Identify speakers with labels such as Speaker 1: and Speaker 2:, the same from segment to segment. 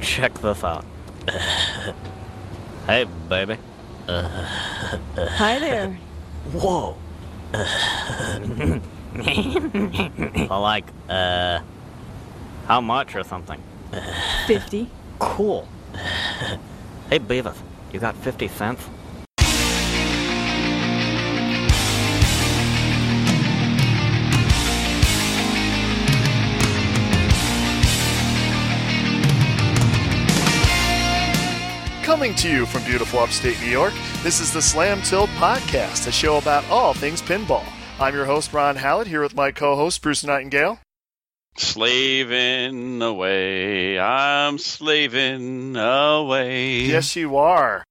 Speaker 1: Check this out. hey, baby.
Speaker 2: Hi there.
Speaker 1: Whoa. I like, uh, how much or something?
Speaker 2: 50.
Speaker 1: Cool. hey, Beavis, you got 50 cents?
Speaker 3: Coming to you from beautiful upstate New York, this is the Slam Tilt Podcast, a show about all things pinball. I'm your host, Ron Hallett, here with my co host, Bruce Nightingale.
Speaker 4: Slaving away, I'm slaving away.
Speaker 3: Yes, you are.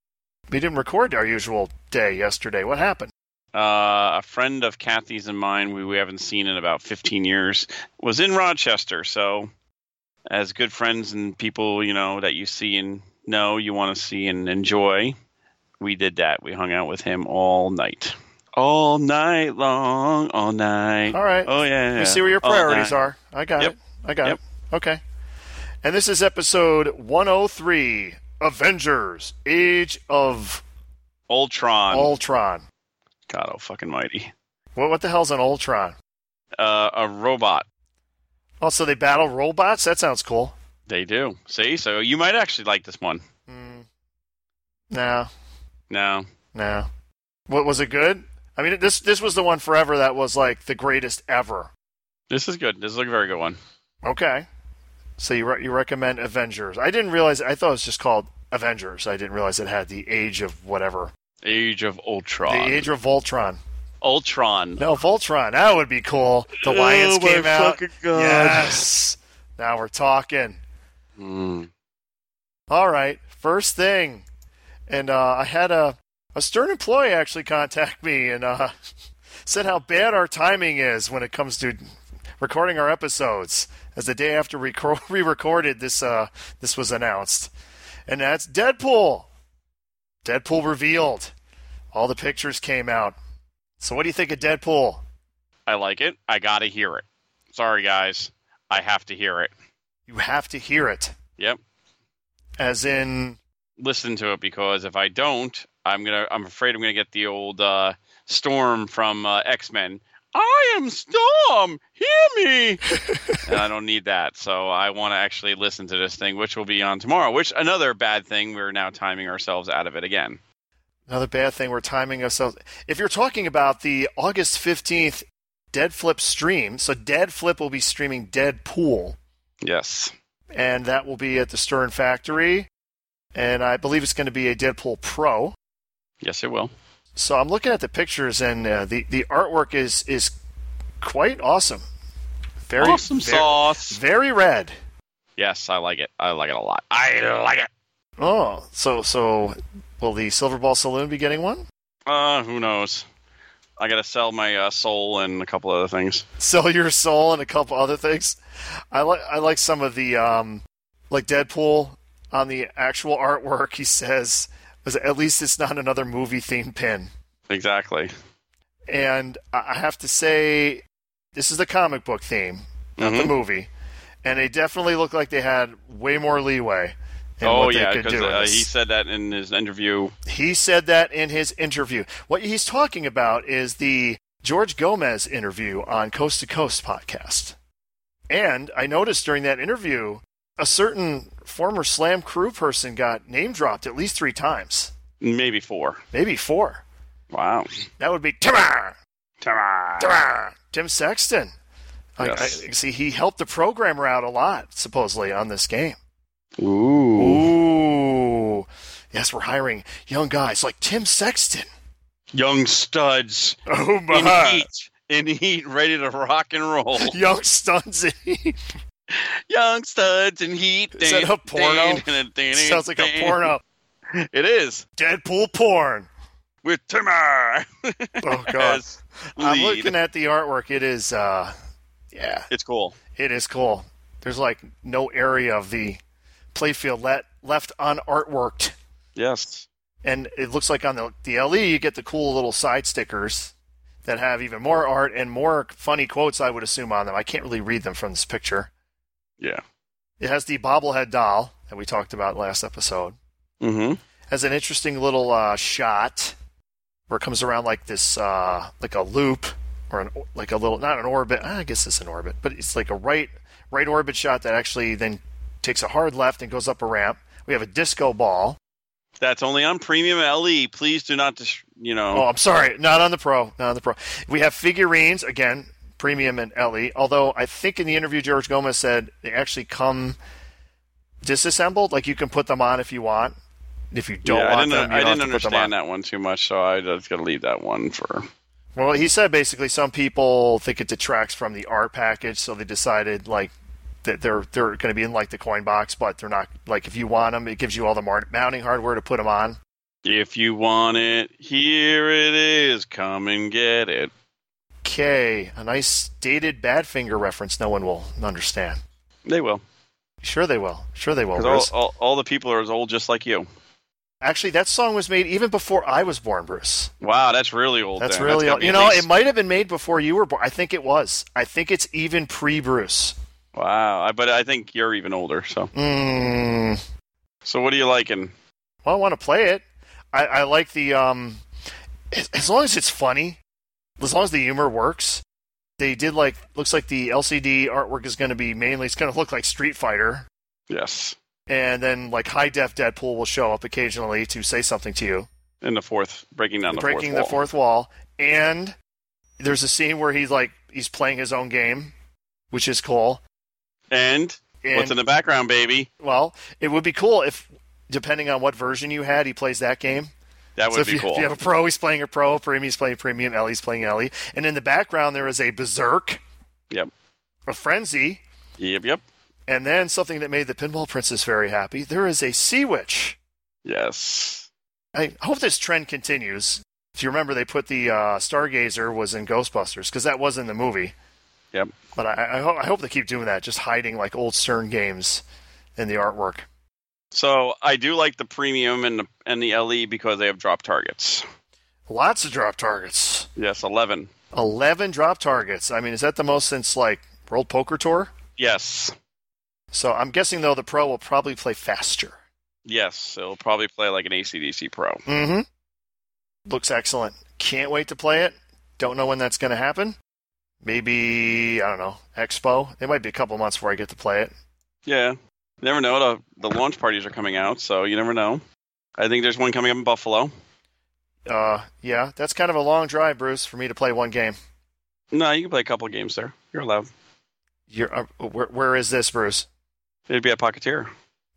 Speaker 3: We didn't record our usual day yesterday. What happened?
Speaker 4: Uh, a friend of Kathy's and mine, we, we haven't seen in about 15 years, was in Rochester. So, as good friends and people, you know, that you see and know you want to see and enjoy, we did that. We hung out with him all night. All night long, all night.
Speaker 3: All right.
Speaker 4: Oh, yeah.
Speaker 3: We see where your
Speaker 4: all
Speaker 3: priorities
Speaker 4: night.
Speaker 3: are. I got
Speaker 4: Yep.
Speaker 3: it. I got
Speaker 4: Yep.
Speaker 3: it. Okay. And this is episode 103 Avengers Age of
Speaker 4: Ultron.
Speaker 3: Ultron.
Speaker 4: God, oh, fucking mighty.
Speaker 3: What, what the hell's an Ultron?
Speaker 4: Uh, a robot.
Speaker 3: Oh, so they battle robots? That sounds cool.
Speaker 4: They do. See, so you might actually like this one.
Speaker 3: Mm. No,
Speaker 4: No,
Speaker 3: no. What was it good? I mean, this this was the one forever that was like the greatest ever.
Speaker 4: this is good. This is a very good one.
Speaker 3: Okay, so you re- you recommend Avengers? I didn't realize. I thought it was just called Avengers. I didn't realize it had the Age of whatever.
Speaker 4: Age of Ultron.
Speaker 3: The Age of Voltron.
Speaker 4: Ultron.
Speaker 3: No, Voltron. That would be cool. The Lions
Speaker 4: Oh, my
Speaker 3: came out.
Speaker 4: fucking God.
Speaker 3: Yes. Now we're talking.
Speaker 4: Mm.
Speaker 3: All right, first thing, and uh, I had a a stern employee actually contact me and uh, said how bad our timing is when it comes to recording our episodes. As the day after we recor- we recorded this, uh, this was announced, and that's Deadpool. Deadpool revealed. All the pictures came out. So, what do you think of Deadpool?
Speaker 4: I like it. I gotta hear it. Sorry, guys. I have to hear it.
Speaker 3: You have to hear it,
Speaker 4: Yep.
Speaker 3: as in
Speaker 4: Listen to it because if I don't, I'm gonna. I'm afraid I'm gonna get the old uh, Storm from uh, X Men. I am Storm. Hear me. and I don't need that, so I want to actually listen to this thing, which will be on tomorrow. Which another bad thing. We're now timing ourselves out of it again.
Speaker 3: Another bad thing, we're timing ourselves. If you're talking about the August 15th Dead Flip stream, so Dead Flip will be streaming Deadpool,
Speaker 4: Yes.
Speaker 3: and that will be at the Stern Factory. And I believe it's going to be a Deadpool Pro.
Speaker 4: Yes, it will.
Speaker 3: So I'm looking at the pictures, and uh, the, the artwork is, is quite awesome. Very,
Speaker 4: awesome
Speaker 3: very,
Speaker 4: sauce.
Speaker 3: Very red.
Speaker 4: Yes, I like it. I like it a lot. I like it.
Speaker 3: Oh, so so will the Silver Ball Saloon be getting one?
Speaker 4: Uh, who knows? I gotta sell my uh, soul and a couple other things.
Speaker 3: sell your soul and a couple other things. I like I like some of the um like Deadpool on the actual artwork. He says, "Was at least it's not another movie themed pin."
Speaker 4: Exactly.
Speaker 3: And I I have to say, this is the comic book theme, not the
Speaker 4: Mhm.
Speaker 3: movie. And they definitely look like they had way more leeway. In
Speaker 4: Oh
Speaker 3: what they
Speaker 4: yeah,
Speaker 3: could
Speaker 4: because
Speaker 3: do in
Speaker 4: uh,
Speaker 3: this.
Speaker 4: he said that in his interview.
Speaker 3: He said that in his interview. What he's talking about is the George Gomez interview on Coast to Coast podcast. And I noticed during that interview, a certain former Slam crew person got name dropped at least three times,
Speaker 4: Maybe four.
Speaker 3: maybe four.
Speaker 4: Wow.
Speaker 3: That would be Timmer,
Speaker 4: Ta-ra.
Speaker 3: Timmer, Tim Sexton. I-
Speaker 4: Yes.
Speaker 3: I- see, he helped the programmer out a lot, supposedly, on this game.
Speaker 4: Ooh.
Speaker 3: Ooh. Yes, we're hiring young guys like Tim Sexton.
Speaker 4: Young studs
Speaker 3: Oh,
Speaker 4: in
Speaker 3: my.
Speaker 4: heat. In heat, ready to rock and roll.
Speaker 3: Young Stunzy.
Speaker 4: Young studs in heat.
Speaker 3: Is that a porno? Sounds like a porno.
Speaker 4: It is
Speaker 3: Deadpool porn.
Speaker 4: with Timmer.
Speaker 3: Oh god.
Speaker 4: as
Speaker 3: I'm
Speaker 4: lead.
Speaker 3: looking at the artwork. It is uh yeah,
Speaker 4: It's cool.
Speaker 3: it is cool. There's like no area of the playfield let, left unartworked.
Speaker 4: Yes.
Speaker 3: And it looks like on the the LE you get the cool little side stickers that have even more art and more funny quotes I would assume on them. I can't really read them from this picture.
Speaker 4: Yeah.
Speaker 3: It has the bobblehead doll that we talked about last episode.
Speaker 4: Mm-hmm.
Speaker 3: has an interesting little uh, shot where it comes around like this, uh, like a loop or an, like a little, not an orbit. I guess it's an orbit, but it's like a right, right orbit shot that actually then takes a hard left and goes up a ramp. We have a disco ball.
Speaker 4: That's only on premium LE. Please do not, dis- you
Speaker 3: Oh,
Speaker 4: know.
Speaker 3: I'm sorry, not on the pro, not on the pro. We have figurines again, premium and LE. Although I think in the interview George Gomez said they actually come disassembled. Like you can put them on if you want. If you don't
Speaker 4: yeah, I
Speaker 3: want
Speaker 4: didn't,
Speaker 3: them, you
Speaker 4: I
Speaker 3: don't
Speaker 4: didn't
Speaker 3: have to put them on.
Speaker 4: understand that one too much, so I just got to leave that one for.
Speaker 3: Well, he said basically some people think it detracts from the art package, so they decided like that they're they're going to be in like the coin box, but they're not like if you want them, it gives you all the mar- mounting hardware to put them on.
Speaker 4: If you want it, here it is. Come and get it.
Speaker 3: Okay, a nice dated Badfinger reference. No one will understand.
Speaker 4: They will.
Speaker 3: Sure they will. Sure they will.
Speaker 4: 'Cause
Speaker 3: Bruce.
Speaker 4: all, all, all the people are as old just like you.
Speaker 3: Actually, that song was made even before I was born, Bruce.
Speaker 4: Wow, that's really old.
Speaker 3: That's
Speaker 4: then.
Speaker 3: really
Speaker 4: gotta
Speaker 3: old.
Speaker 4: be
Speaker 3: You
Speaker 4: at
Speaker 3: know,
Speaker 4: least-
Speaker 3: it might have been made before you were born. I think it was. I think it's even pre-Bruce.
Speaker 4: Wow, I, but I think you're even older. So,
Speaker 3: Mm.
Speaker 4: so what are you liking?
Speaker 3: Well, I want to play it. I, I like the um, as, as long as it's funny, as long as the humor works. They did like looks like the LCD artwork is going to be mainly it's going to look like Street Fighter,
Speaker 4: Yes,
Speaker 3: and then like high def Deadpool will show up occasionally to say something to you,
Speaker 4: in the fourth, breaking down the
Speaker 3: breaking
Speaker 4: fourth.
Speaker 3: the fourth wall. And there's a scene where he's like he's playing his own game, which is cool.
Speaker 4: the and,
Speaker 3: And
Speaker 4: what's in the background, baby?
Speaker 3: well, it would be cool if depending on what version you had, he plays that game.
Speaker 4: That would
Speaker 3: so if
Speaker 4: be
Speaker 3: you,
Speaker 4: cool.
Speaker 3: if you have a pro, he's playing a pro. Premium, he's playing premium. Ellie's playing Ellie. And in the background, there is a berserk,
Speaker 4: Yep,
Speaker 3: a frenzy,
Speaker 4: yep, yep.
Speaker 3: and then something that made the pinball princess very happy. There is a sea witch.
Speaker 4: Yes.
Speaker 3: I hope this trend continues. If you remember, they put the uh, stargazer was in Ghostbusters because that was in the movie.
Speaker 4: Yep.
Speaker 3: But I, I, ho- I hope they keep doing that, just hiding like old CERN games in the artwork.
Speaker 4: So I do like the premium and the and the LE because they have drop targets.
Speaker 3: Lots of drop targets.
Speaker 4: Yes, eleven.
Speaker 3: Eleven drop targets. I mean, is that the most since like World Poker Tour?
Speaker 4: Yes,
Speaker 3: So I'm guessing though the pro will probably play faster.
Speaker 4: yes. It'll probably play like an ACDC Pro.
Speaker 3: Mm-hmm. Looks excellent. Can't wait to play it. Don't know when that's going to happen. Maybe I don't know Expo. It might be a couple months before I get to play it.
Speaker 4: Yeah. You never know. The, the launch parties are coming out, so you never know. I think there's one coming up in Buffalo.
Speaker 3: Uh, yeah, that's kind of a long drive, Bruce, for me to play one game.
Speaker 4: No, you can play a couple of games there. You're allowed.
Speaker 3: You're, uh, where, where is this, Bruce?
Speaker 4: It'd be a Pocketeer.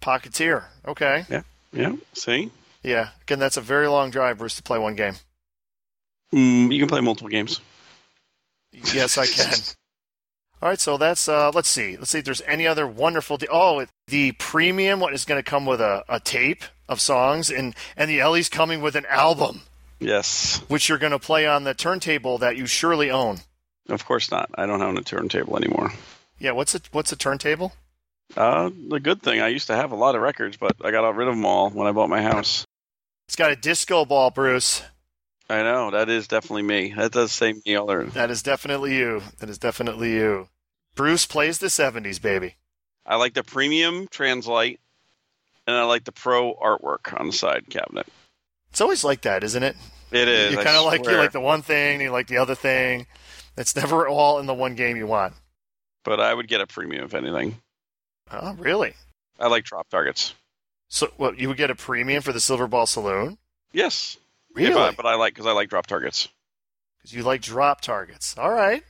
Speaker 3: Pocketeer. Okay.
Speaker 4: Yeah. See?
Speaker 3: Yeah. Again, that's a very long drive, Bruce, to play one game.
Speaker 4: Mm, you can play multiple games.
Speaker 3: Yes, I can. All right, so that's uh, let's see, let's see if there's any other wonderful. De- oh, it- the premium one is going to come with a, a tape of songs, and and the Ellie's coming with an album,
Speaker 4: yes.
Speaker 3: which you're going to play on the turntable that you surely own.
Speaker 4: Of course not. I don't own a turntable anymore.
Speaker 3: Yeah, what's a what's a turntable?
Speaker 4: Uh, the good thing, I used to have a lot of records, but I got rid of them all when I bought my house.
Speaker 3: It's got a disco ball, Bruce.
Speaker 4: I know. That is definitely me. That does say me all there.
Speaker 3: That is definitely you. That is definitely you. Bruce plays the '70s, baby.
Speaker 4: I like the premium Translite, and I like the pro artwork on the side cabinet.
Speaker 3: It's always like that, isn't it?
Speaker 4: It is.
Speaker 3: you
Speaker 4: I
Speaker 3: kind of like you
Speaker 4: swear.
Speaker 3: like the one thing, you like the other thing. It's never all in the one game you want.
Speaker 4: but I would get a premium if anything.
Speaker 3: Oh, really?
Speaker 4: I like drop targets.
Speaker 3: So, well, you would get a premium for the Silver Ball Saloon?
Speaker 4: Yes, If I-
Speaker 3: Really?
Speaker 4: but I like because I like drop targets.
Speaker 3: Because you like drop targets. All right,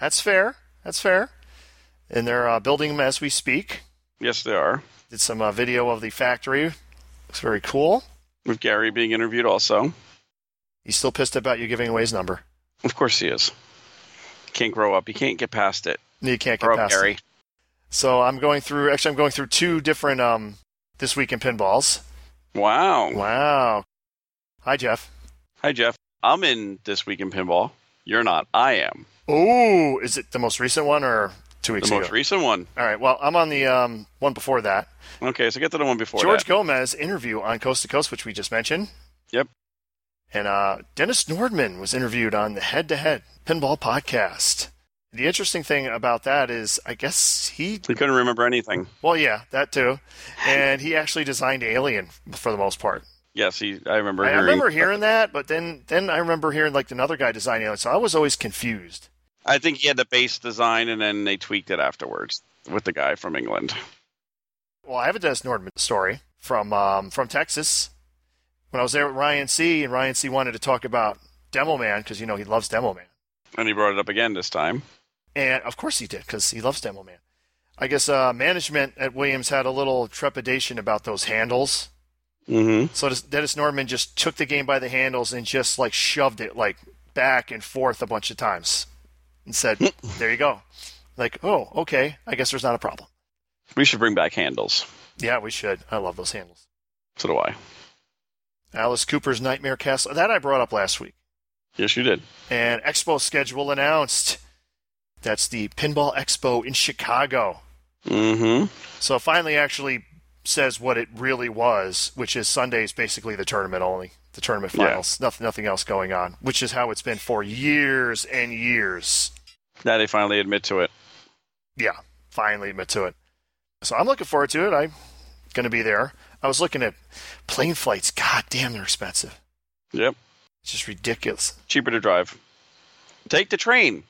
Speaker 3: that's fair. That's fair. And they're uh, building them as we speak.
Speaker 4: Yes, they are.
Speaker 3: Did some uh, video of the factory. Looks very cool.
Speaker 4: With Gary being interviewed, also,
Speaker 3: He's still pissed about you giving away his number.
Speaker 4: of course he is. Can't grow up. He can't get past it.
Speaker 3: You can't get
Speaker 4: Grow up,
Speaker 3: past
Speaker 4: Gary.
Speaker 3: it. So I'm going through. Actually, I'm going through two different um, this week in pinballs.
Speaker 4: Wow.
Speaker 3: Wow. Hi, Jeff.
Speaker 4: Hi, Jeff. I'm in this week in pinball. You're not. I am.
Speaker 3: Oh, is it the most recent one or two
Speaker 4: The
Speaker 3: weeks
Speaker 4: most
Speaker 3: ago?
Speaker 4: recent one.
Speaker 3: All right. Well, I'm on the um, one before that.
Speaker 4: Okay, so get to the one before
Speaker 3: George
Speaker 4: that.
Speaker 3: Gomez interview on Coast to Coast, which we just mentioned.
Speaker 4: Yep.
Speaker 3: And uh, Dennis Nordman was interviewed on the Head to Head Pinball Podcast. the interesting thing about that is, I guess he
Speaker 4: He couldn't remember anything.
Speaker 3: Well, yeah, that too. And he actually designed Alien for the most part.
Speaker 4: Yes, he. I remember.
Speaker 3: I, I
Speaker 4: hearing-
Speaker 3: remember hearing that, but then then I remember hearing like another guy design Alien, so I was always confused.
Speaker 4: I think he had the base design, and then they tweaked it afterwards with the guy from England.
Speaker 3: Well, I have a Dennis Nordman story from um, from Texas when I was there with Ryan C. and Ryan C. wanted to talk about Demo Man because you know he loves Demo Man.
Speaker 4: And he brought it up again this time.
Speaker 3: And of course he did, because he loves Demo Man. I guess uh, management at Williams had a little trepidation about those handles.
Speaker 4: Mm-hmm.
Speaker 3: So this- Dennis Norman just took the game by the handles and just like shoved it like back and forth a bunch of times and said, There you go. Like, oh, okay. I guess there's not a problem.
Speaker 4: We should bring back handles.
Speaker 3: Yeah, we should. I love those handles.
Speaker 4: So do I.
Speaker 3: Alice Cooper's Nightmare Castle. That I brought up last week.
Speaker 4: Yes, you did.
Speaker 3: And Expo schedule announced. That's the Pinball Expo in Chicago.
Speaker 4: Mm-hmm.
Speaker 3: So finally, actually says what it really was, which is Sunday is basically the tournament only, the tournament
Speaker 4: Yeah.
Speaker 3: finals, nothing, nothing else going on, which is how it's been for years and years.
Speaker 4: Now they finally admit to it.
Speaker 3: Yeah, finally admit to it. So I'm looking forward to it. I'm going to be there. I was looking at plane flights. God damn, they're expensive.
Speaker 4: Yep.
Speaker 3: It's just ridiculous.
Speaker 4: Cheaper to drive. Take the train.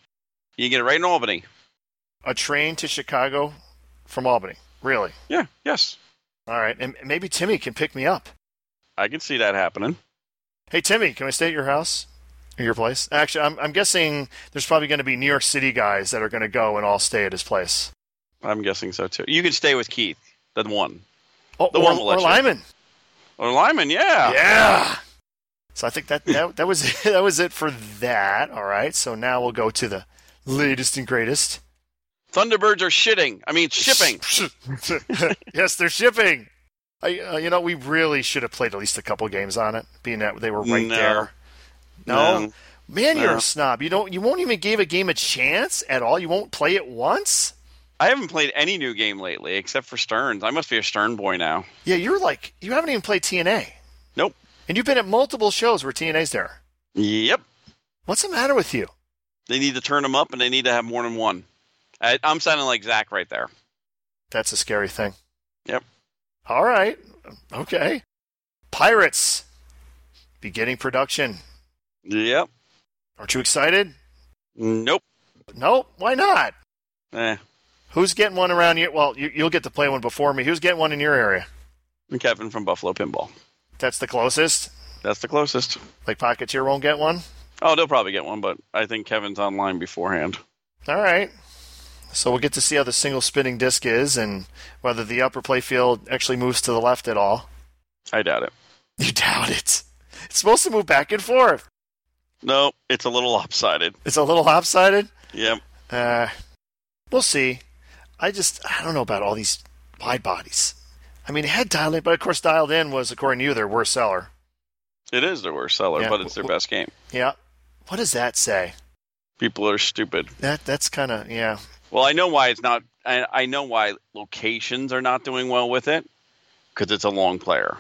Speaker 4: You get it right in Albany.
Speaker 3: A train to Chicago from Albany. Really?
Speaker 4: Yeah. Yes.
Speaker 3: All right. And and maybe Timmy can pick me up.
Speaker 4: I can see that happening.
Speaker 3: Hey Timmy, can we stay at your house or your place? Actually, I'm, I'm guessing there's probably going to be New York City guys that are going to go and all stay at his place.
Speaker 4: I'm guessing so too. You can stay with Keith, the one.
Speaker 3: Oh,
Speaker 4: The
Speaker 3: or,
Speaker 4: one will let
Speaker 3: or
Speaker 4: you.
Speaker 3: Lyman.
Speaker 4: Or Lyman, yeah.
Speaker 3: Yeah. So I think that that, that was it. that was it for that. All right. So now we'll go to the latest and greatest
Speaker 4: Thunderbirds are shitting. I mean, shipping.
Speaker 3: yes, they're shipping. I, uh, you know, we really should have played at least a couple games on it, being that they were right
Speaker 4: No.
Speaker 3: there. No,
Speaker 4: No.
Speaker 3: man, you're
Speaker 4: No.
Speaker 3: a snob. You don't. You won't even give a game a chance at all. You won't play it once.
Speaker 4: I haven't played any new game lately except for Stearns. I must be a Stern boy now.
Speaker 3: Yeah, you're like you haven't even played TNA,
Speaker 4: Nope.
Speaker 3: and you've been at multiple shows where TNA's there.
Speaker 4: Yep.
Speaker 3: What's the matter with you?
Speaker 4: They need to turn them up and they need to have more than one. I, I'm sounding like Zach right there.
Speaker 3: That's a scary thing.
Speaker 4: Yep.
Speaker 3: All right, okay. Pirates, beginning production.
Speaker 4: Yep.
Speaker 3: Aren't you excited?
Speaker 4: Nope.
Speaker 3: No, why not?
Speaker 4: Eh.
Speaker 3: Who's getting one around you? Well, you, you'll get to play one before me. Who's getting one in your area?
Speaker 4: And Kevin from Buffalo Pinball.
Speaker 3: That's the closest.
Speaker 4: That's the closest.
Speaker 3: Like Pocketeer won't get one.
Speaker 4: Oh, they'll probably get one, but I think Kevin's online beforehand.
Speaker 3: All right. So we'll get to see how the single spinning disc is and whether the upper playfield actually moves to the left at all.
Speaker 4: I doubt it.
Speaker 3: You doubt it. It's supposed to move back and forth.
Speaker 4: No, it's a little lopsided.
Speaker 3: It's a little lopsided.
Speaker 4: Yep.
Speaker 3: Uh, we'll see. I just I don't know about all these wide bodies. I mean, it had dialed in, but of course, dialed in was according to you their worst seller.
Speaker 4: It is their worst seller,
Speaker 3: Yeah.
Speaker 4: but it's their best game.
Speaker 3: Yeah. What does that say?
Speaker 4: People are stupid.
Speaker 3: That that's kind of yeah.
Speaker 4: Well, I know why it's not. I, I know why locations are not doing well with it because it's a long player.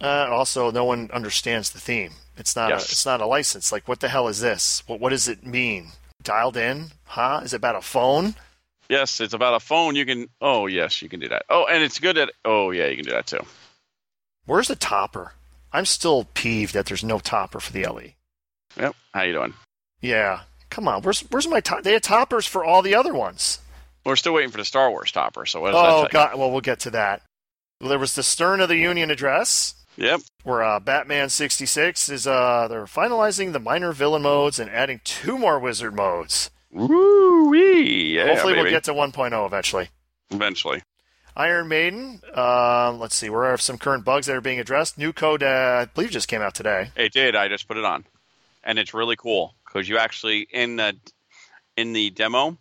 Speaker 3: Uh, also, no one understands the theme. It's not
Speaker 4: Yes.
Speaker 3: a, it's not a license. Like, what the hell is this? What what does it mean? Dialed in? Huh? Is it about a phone?
Speaker 4: Yes, it's about a phone. You can. Oh, yes, you can do that. Oh, and it's good at. Oh, yeah, you can do that too.
Speaker 3: Where's the topper? I'm still peeved that there's no topper for the E. LE.
Speaker 4: Yep. How you doing?
Speaker 3: Yeah. Come on. Where's where's my top? They had toppers for all the other ones.
Speaker 4: We're still waiting for the Star Wars topper. So what does
Speaker 3: Oh
Speaker 4: that tell
Speaker 3: God. Well, we'll get to that. Well, there was the Stern of the Union address
Speaker 4: you? Yep.
Speaker 3: where uh, Batman 66 is uh they're finalizing the minor villain modes and adding two more wizard modes.
Speaker 4: Woo wee. Yeah,
Speaker 3: Hopefully,
Speaker 4: baby.
Speaker 3: we'll get to 1.0 eventually.
Speaker 4: eventually.
Speaker 3: Iron Maiden. Um, let's see. Where are some current bugs that are being addressed? New code, uh, I believe, just came out today.
Speaker 4: It did. I just put it on, and it's really cool because you actually in the in the demo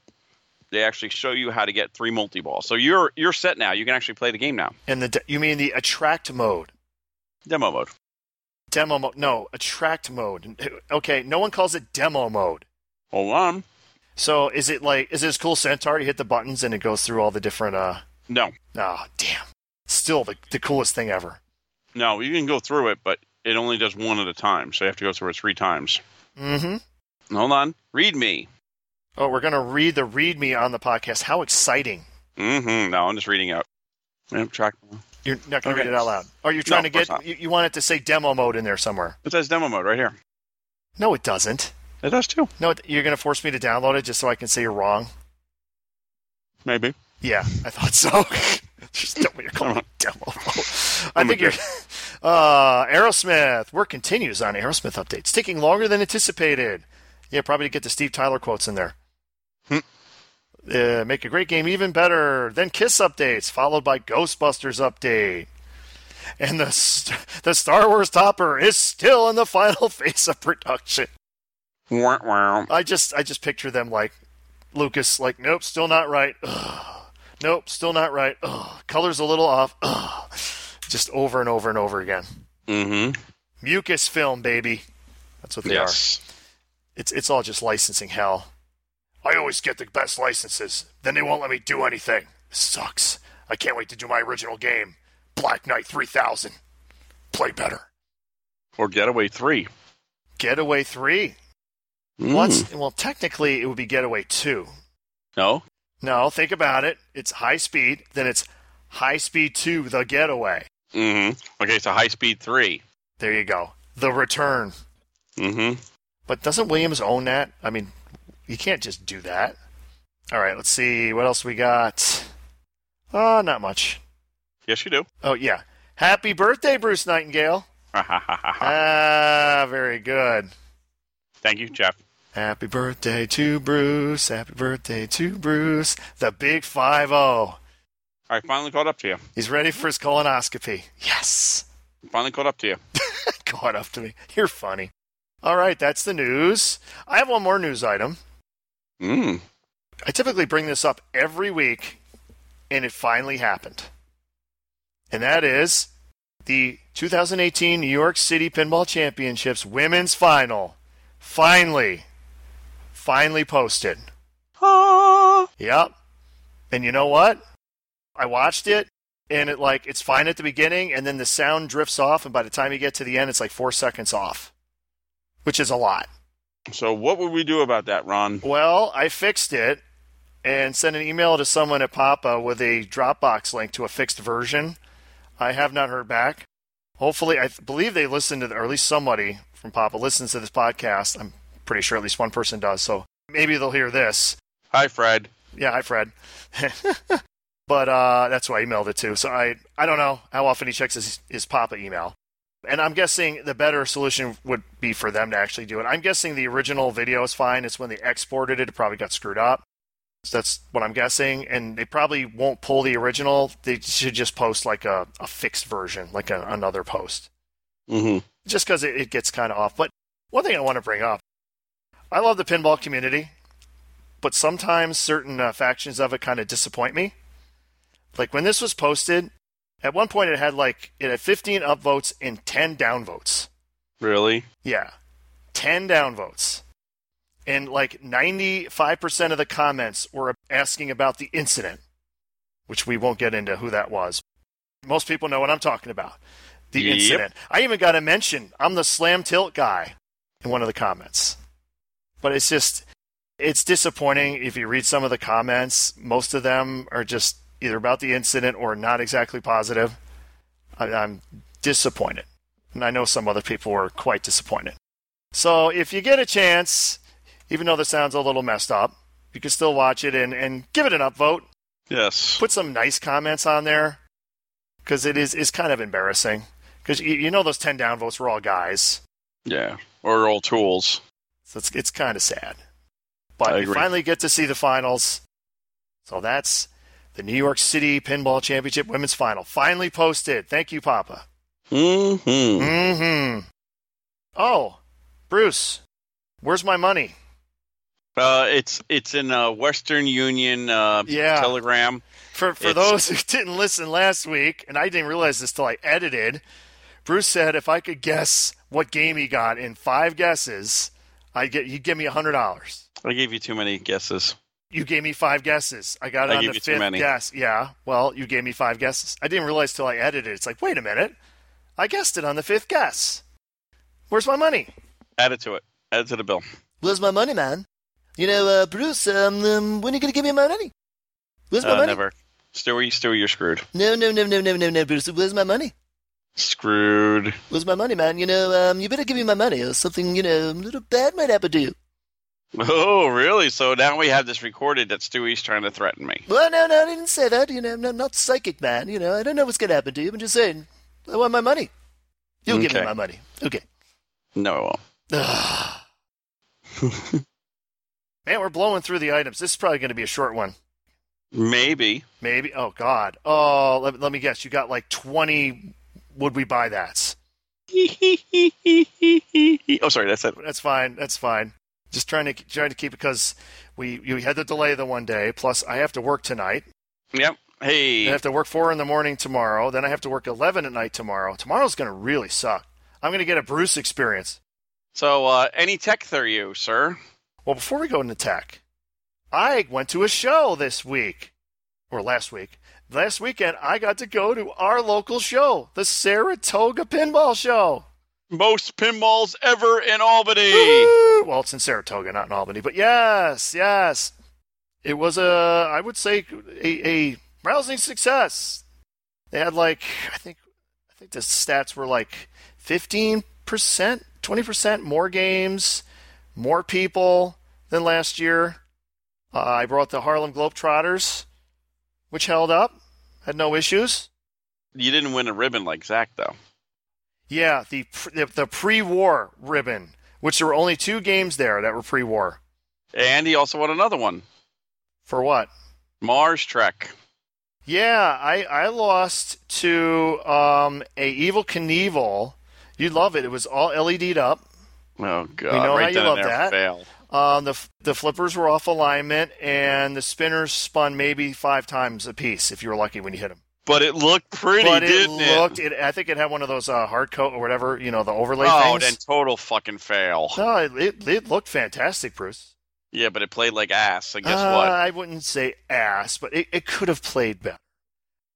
Speaker 4: they actually show you how to get three multi balls. So you're you're set now. You can actually play the game now.
Speaker 3: And the de- you mean the attract mode?
Speaker 4: Demo mode.
Speaker 3: Demo mode? No, attract mode. Okay, no one calls it demo mode.
Speaker 4: Hold on.
Speaker 3: So is it like is this cool centaur? You hit the buttons and it goes through all the different uh
Speaker 4: No,
Speaker 3: oh damn. Still the the coolest thing ever.
Speaker 4: no, you can go through it, but it only does one at a time. So you have to go through it three times.
Speaker 3: Mm-hmm.
Speaker 4: Hold on. Read me.
Speaker 3: Oh, we're going to read the readme on the podcast. How exciting.
Speaker 4: Mm-hmm. No, I'm just reading out. Yep, track.
Speaker 3: You're not going to
Speaker 4: Okay.
Speaker 3: read it out loud. Are you trying
Speaker 4: No,
Speaker 3: to
Speaker 4: of course
Speaker 3: get,
Speaker 4: not.
Speaker 3: you, you want it to say demo mode in there somewhere.
Speaker 4: It says demo mode right here.
Speaker 3: No, it doesn't.
Speaker 4: It does too.
Speaker 3: No, it, you're going to force me to download it just so I can say you're wrong.
Speaker 4: Maybe.
Speaker 3: Yeah, I thought so. Just don't want you to call me demo. I
Speaker 4: I'm
Speaker 3: think
Speaker 4: a
Speaker 3: you're. Uh, Aerosmith. Work continues on Aerosmith updates, taking longer than anticipated. Yeah, probably to get the Steve Tyler quotes in there.
Speaker 4: Hmm.
Speaker 3: Uh, make a great game even better. Then Kiss updates, followed by Ghostbusters update. And the st- the Star Wars topper is still in the final phase of production.
Speaker 4: Wah, wah.
Speaker 3: I just I just picture them like Lucas like nope still not right Ugh. nope still not right Ugh. colors a little off Ugh. just over and over and over again
Speaker 4: Mm-hmm.
Speaker 3: mucus film baby that's what they
Speaker 4: Yes.
Speaker 3: are it's it's all just licensing hell I always get the best licenses then they won't let me do anything sucks I can't wait to do my original game Black Knight 3000 play better
Speaker 4: Or Getaway 3.
Speaker 3: Getaway 3
Speaker 4: Mm.
Speaker 3: What's- well technically it would be Getaway 2
Speaker 4: No?
Speaker 3: No, think about it. It's high speed, then it's high speed two, the getaway.
Speaker 4: Mm-hmm. Okay, so High Speed 3.
Speaker 3: There you go. The return.
Speaker 4: Mm-hmm.
Speaker 3: But doesn't Williams own that? I mean, you can't just do that. All right, let's see. What else we got? Uh, not much.
Speaker 4: Yes, you do.
Speaker 3: Oh, yeah. Happy birthday, Bruce Nightingale. Ah, very good.
Speaker 4: Thank you, Jeff.
Speaker 3: Happy birthday to Bruce. Happy birthday to Bruce. The big 5 0.
Speaker 4: I finally caught up to you.
Speaker 3: He's ready for his colonoscopy. Yes.
Speaker 4: Finally caught up to you.
Speaker 3: caught up to me. You're funny. All right, that's the news. I have one more news item.
Speaker 4: Mm.
Speaker 3: I typically bring this up every week, and it finally happened. And that is the 2018 New York City Pinball Championships Women's Final. Finally, finally posted.
Speaker 4: Ah.
Speaker 3: Yep. And you know what? I watched it and it like it's fine at the beginning and then the sound drifts off and by the time you get to the end it's like 4 seconds off. Which is a lot.
Speaker 4: So what would we do about that, Ron?
Speaker 3: Well, I fixed it and sent an email to someone at Papa with a Dropbox link to a fixed version. I have not heard back. Hopefully, I th- believe they listened to, the, or at least somebody from Papa listens to this podcast. I'm pretty sure at least one person does. So maybe they'll hear this.
Speaker 4: Hi, Fred.
Speaker 3: Yeah, hi Fred. but uh, that's who I emailed it to. So I I don't know how often he checks his, his Papa email. And I'm guessing the better solution would be for them to actually do it. I'm guessing the original video is fine. It's when they exported it, it probably got screwed up. So that's what I'm guessing. And they probably won't pull the original. They should just post like a, a fixed version, like a, another post
Speaker 4: Mm-hmm.
Speaker 3: just because it, it gets kind of off. But one thing I want to bring up I love the pinball community, but sometimes certain uh, factions of it kind of disappoint me. Like when this was posted, at one point it had like it had 15 upvotes and 10 downvotes.
Speaker 4: Really?
Speaker 3: Yeah. 10 downvotes. And like 95% of the comments were asking about the incident, which we won't get into who that was. Most people know what I'm talking about. The
Speaker 4: Yep.
Speaker 3: incident. I even got a mention. I'm the slam tilt guy in one of the comments. But it's just, it's disappointing if you read some of the comments. Most of them are just either about the incident or not exactly positive. I, I'm disappointed and I know some other people were quite disappointed. So if you get a chance, even though this sounds a little messed up, you can still watch it and, and give it an upvote.
Speaker 4: Yes.
Speaker 3: Put some nice comments on there because it is is kind of embarrassing because you, you know those ten downvotes were all guys,
Speaker 4: Yeah. Or old tools.
Speaker 3: so it's it's kind of sad.
Speaker 4: I
Speaker 3: But you
Speaker 4: agree.
Speaker 3: finally get to see the finals, so that's the New York City Pinball Championship Women's Final finally posted. Thank you, Papa.
Speaker 4: Mm-hmm.
Speaker 3: Mm-hmm. Oh, Bruce, where's my money?
Speaker 4: Uh, it's it's in uh, Western Union uh,
Speaker 3: Yeah.
Speaker 4: Telegram.
Speaker 3: For for
Speaker 4: It's-
Speaker 3: those who didn't listen last week, and I didn't realize this till I edited, Bruce said if I could guess what game he got in five guesses, I get he'd give me hundred dollars.
Speaker 4: I gave you too many guesses.
Speaker 3: You gave me five guesses. I got it
Speaker 4: I
Speaker 3: on
Speaker 4: gave
Speaker 3: the
Speaker 4: you too
Speaker 3: fifth
Speaker 4: many.
Speaker 3: guess. Yeah. Well, you gave me five guesses. I didn't realize till I edited. It's like, wait a minute, I guessed it on the fifth guess. Where's my money?
Speaker 4: Add it to it. Add it to the bill.
Speaker 3: Where's my money, man?
Speaker 5: you know, uh, Bruce, um, um, when are you going to give me my money? Where's my
Speaker 4: Uh,
Speaker 5: money?
Speaker 4: never. Stewie, Stewie, you're screwed.
Speaker 5: No, no, no, no, no, no, no, Bruce. Where's my money?
Speaker 4: Screwed.
Speaker 5: Where's my money, man? You know, um, you better give me my money or something, you know, a little bad might happen to you.
Speaker 4: Oh, really? So now we have this recorded that Stewie's trying to threaten me.
Speaker 5: Well, no, no, I didn't say that. You know, I'm not- not psychic, man. You know, I don't know what's going to happen to you. I'm just saying, I want my money. You'll give me
Speaker 4: Okay.
Speaker 5: my money. Okay.
Speaker 4: No, I won't.
Speaker 5: Ugh.
Speaker 3: Man, we're blowing through the items. This is probably going to be a short one.
Speaker 4: Maybe.
Speaker 3: Maybe. Oh God. Oh, let, let me guess. You got like twenty. Would we buy that?
Speaker 4: oh, sorry, that's it.
Speaker 3: That's fine. That's fine. Just trying to trying to keep because we you had to delay the one day. Plus, I have to work tonight.
Speaker 4: Yep. Hey.
Speaker 3: I have to work four in the morning tomorrow. Then I have to work eleven at night tomorrow. Tomorrow's going to really suck. I'm going to get a Bruce experience.
Speaker 4: So, uh, any tech there you, sir?
Speaker 3: Well, before we go into tech, I went to a show this week or last week. Last weekend, I got to go to our local show, the Saratoga Pinball Show.
Speaker 4: Most pinballs ever in Albany.
Speaker 3: Woo! Well, it's in Saratoga, not in Albany, but yes, yes, it was a I would say a, a rousing success. They had like I think I think the stats were like fifteen percent, twenty percent more games, more people than last year. Uh, I brought the Harlem Globetrotters, which held up, had no issues.
Speaker 4: You didn't win a ribbon like Zach, though.
Speaker 3: Yeah, the pr- the- the pre-war ribbon, which there were only two games there that were pre-war.
Speaker 4: And he also won another one
Speaker 3: For what?
Speaker 4: Mars Trek.
Speaker 3: Yeah, I, I lost to um, a Evil Knievel. You'd love it. It was all LED'd up.
Speaker 4: Oh, God.
Speaker 3: know
Speaker 4: right
Speaker 3: how you
Speaker 4: then and
Speaker 3: love
Speaker 4: there,
Speaker 3: that.
Speaker 4: Fail.
Speaker 3: Um, the f- the flippers were off alignment, and the spinners spun maybe five times a piece if you were lucky when you hit them.
Speaker 4: But it looked pretty,
Speaker 3: but it
Speaker 4: didn't it?
Speaker 3: looked. It, I think it had one of those uh, hard coat or whatever you know the overlay
Speaker 4: oh, then
Speaker 3: things.
Speaker 4: total fucking fail.
Speaker 3: No, it, it it looked fantastic, Bruce.
Speaker 4: Yeah, but it played like ass. And guess
Speaker 3: Uh,
Speaker 4: what?
Speaker 3: I wouldn't say ass, but it, it could have played better.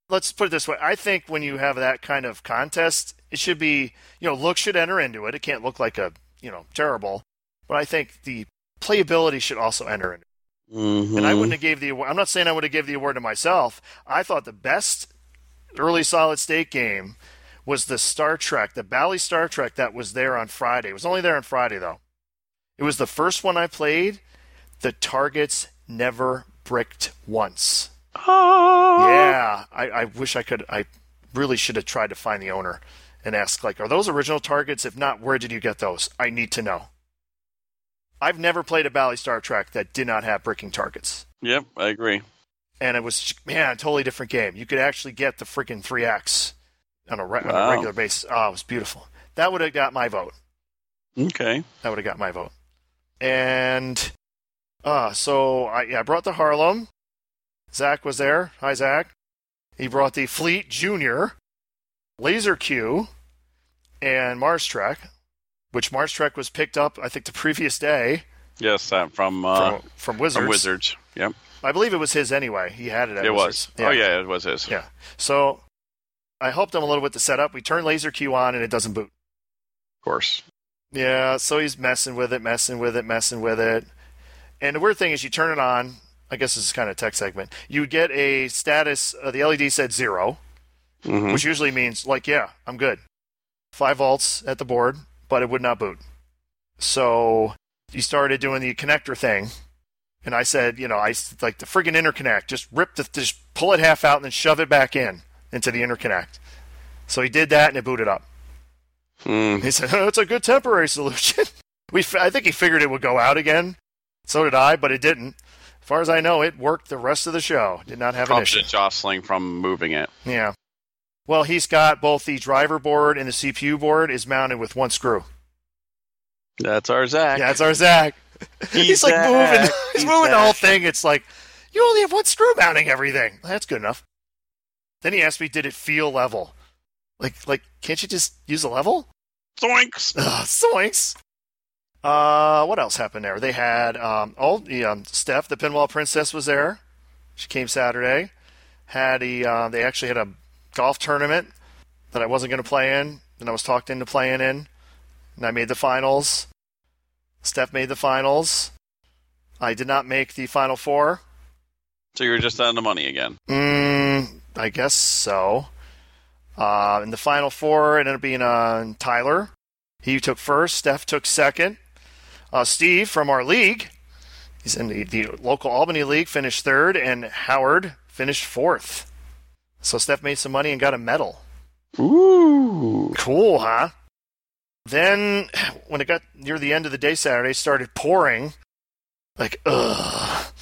Speaker 3: Let's put it this way. I think when you have that kind of contest, it should be, you know, look should enter into it. It can't look like a, you know, terrible. But I think the playability should also enter into it.
Speaker 4: Mm-hmm.
Speaker 3: And I wouldn't have gave the award. I'm not saying I would have gave the award to myself. I thought the best early solid state game was the Star Trek, the Bally Star Trek that was there on Friday. It was only there on Friday, though. It was the first one I played. The targets never bricked once.
Speaker 4: Oh.
Speaker 3: Yeah, I, I wish I could. I really should have tried to find the owner and ask, like, are those original targets? If not, where did you get those? I need to know. I've never played a Bally Star Trek that did not have bricking targets.
Speaker 4: Yep, I agree.
Speaker 3: And it was, man, totally different game. You could actually get the freaking 3X on a, re- on a
Speaker 4: Wow.
Speaker 3: regular basis. Oh, it was beautiful. That would have got my vote.
Speaker 4: Okay.
Speaker 3: that would have got my vote. And uh, so I, yeah, I brought the Harlem. Zach was there. Hi, Zach. He brought the Fleet Junior, Laser Q, and Mars Trek, which Mars Trek was picked up, I think, the previous day
Speaker 4: Yes, uh, from, uh,
Speaker 3: from, from
Speaker 4: from,
Speaker 3: Wizards.
Speaker 4: Wizards. Yep,
Speaker 3: I believe it was his anyway. He had it. At
Speaker 4: it was.
Speaker 3: Wizards.
Speaker 4: Oh, yeah, it was his.
Speaker 3: Yeah. So I helped him a little with the setup. We turn Laser Q on, and it doesn't boot.
Speaker 4: Of course.
Speaker 3: Yeah, so he's messing with it, messing with it, messing with it. And the weird thing is, you turn it on. I guess this is kind of a tech segment. You get a status. Uh, the LED said 0
Speaker 4: Mhm.
Speaker 3: which usually means like, yeah, I'm good. Five volts at the board, but it would not boot. So you started doing the connector thing, and I said, you know, I s- like the friggin' interconnect. Just rip the, just pull it half out and then shove it back in into the interconnect. So he did that, and it booted up.
Speaker 4: Mm.
Speaker 3: He said, oh, "It's a good temporary solution." we, fi- I think he figured it would go out again. So did I, but it didn't. As far as I know, it worked the rest of the show. Did not have an
Speaker 4: Props
Speaker 3: issue.
Speaker 4: to jostling from moving it.
Speaker 3: Yeah. Well, he's got both the driver board and the CPU board is mounted with one screw.
Speaker 4: That's our Zach.
Speaker 3: Yeah, that's our Zach. He's,
Speaker 4: He's
Speaker 3: like moving.
Speaker 4: Zach.
Speaker 3: He's,
Speaker 4: He's
Speaker 3: moving the whole
Speaker 4: Zach.
Speaker 3: thing. It's like you only have one screw mounting everything. That's good enough. Then he asked me, "Did it feel level? Like, like, can't you just use a level?"
Speaker 4: Zoinks.
Speaker 3: Ugh, Ah, Zoinks. Uh, what else happened there? They had um, all the um, Steph, the pinball princess, was there. She came Saturday. Had a uh, they actually had a golf tournament that I wasn't going to play in, and I was talked into playing in, and I made the finals. Steph made the finals. I did not make the final four.
Speaker 4: So you're just on the money again.
Speaker 3: Mm, I guess so. Uh, in the final four, it ended up being uh, Tyler. He took first. Steph took second. Uh, Steve from our league, he's in the, the local Albany league, finished third, and Howard finished fourth. So Steph made some money and got a medal.
Speaker 4: Ooh.
Speaker 3: Cool, huh? Then, when it got near the end of the day Saturday, it started pouring. Like, ugh.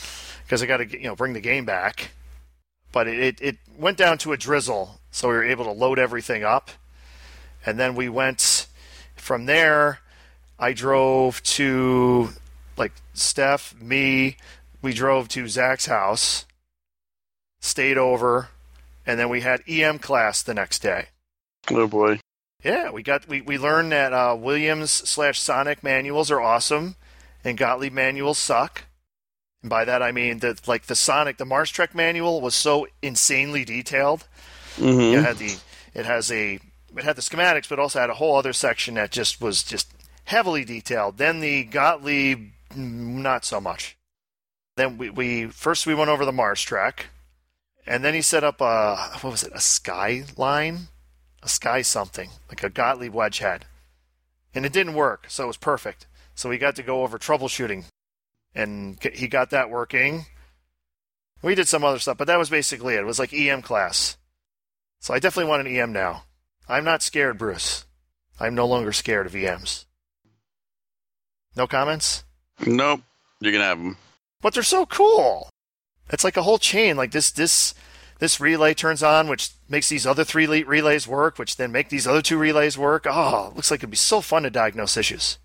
Speaker 3: Because I got to, you know, bring the game back. But it, it, it went down to a drizzle, so we were able to load everything up. And then we went from there. I drove to, like, Steph, me. We drove to Zach's house, stayed over, and then we had EM class the next day.
Speaker 4: Oh boy.
Speaker 3: Yeah, we got we, we learned that uh, Williams slash Sonic manuals are awesome, and Gottlieb manuals suck. And by that I mean that like the Sonic, the Mars Trek manual was so insanely detailed.
Speaker 4: Mm-hmm.
Speaker 3: It had the it has a it had the schematics, but also had a whole other section that just was just heavily detailed. Then the Gottlieb, mm, not so much. Then we, we first we went over the Mars Trek, and then he set up a what was it a skyline, a sky something like a Gottlieb wedge head, and it didn't work, so it was perfect. So we got to go over troubleshooting, and g- he got that working. We did some other stuff, but that was basically it. It was like EM class. So I definitely want an EM now. I'm not scared, Bruce. I'm no longer scared of EMs. No comments?
Speaker 4: Nope. You're gonna have them.
Speaker 3: But they're so cool. It's like a whole chain. Like this, this, this relay turns on, which makes these other three le- relays work, which then make these other two relays work. Oh, it looks like it'd be so fun to diagnose issues.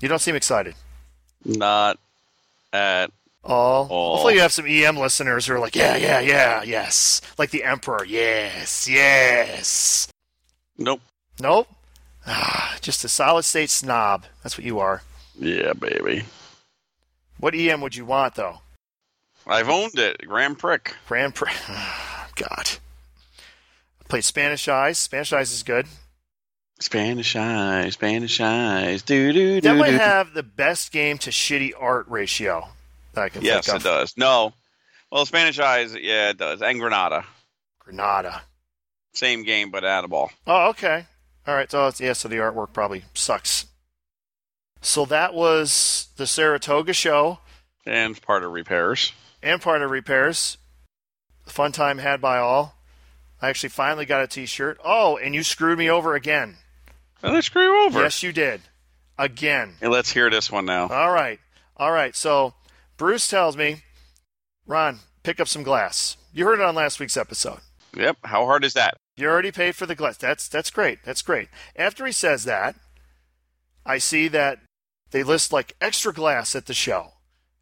Speaker 3: You don't seem excited.
Speaker 4: Not at
Speaker 3: Oh,
Speaker 4: Aw.
Speaker 3: hopefully you have some EM listeners who are like, yeah, yeah, yeah, yes, like the Emperor, yes, yes.
Speaker 4: nope.
Speaker 3: Nope. Ah, just a solid state snob. That's what you are.
Speaker 4: Yeah, baby.
Speaker 3: What EM would you want, though?
Speaker 4: I've owned it. Grand Prick.
Speaker 3: Grand Prix. God. I played Spanish Eyes. Spanish Eyes is good.
Speaker 4: Spanish eyes, Spanish eyes. Do do
Speaker 3: That
Speaker 4: do
Speaker 3: might
Speaker 4: do.
Speaker 3: have the best game to shitty art ratio that I can
Speaker 4: Yes,
Speaker 3: think
Speaker 4: it
Speaker 3: of.
Speaker 4: does. No. Well, Spanish eyes, yeah, it does. And Granada.
Speaker 3: Granada.
Speaker 4: Same game, but at a ball.
Speaker 3: Oh, okay. All right. So it's, yeah, so the artwork probably sucks. So that was the Saratoga show
Speaker 4: And part of repairs.
Speaker 3: and part of repairs. Fun time had by all. I actually finally got a T-shirt. Oh, and you screwed me over again.
Speaker 4: And let's screw over.
Speaker 3: Yes, Uh. you did. Again.
Speaker 4: And let's hear this one now.
Speaker 3: All right. All right. So Bruce tells me, Ron, pick up some glass. You heard it on last week's episode.
Speaker 4: Yep. How hard is that?
Speaker 3: You already paid for the glass. That's that's great. That's great. After he says that, I see that they list like extra glass at the show.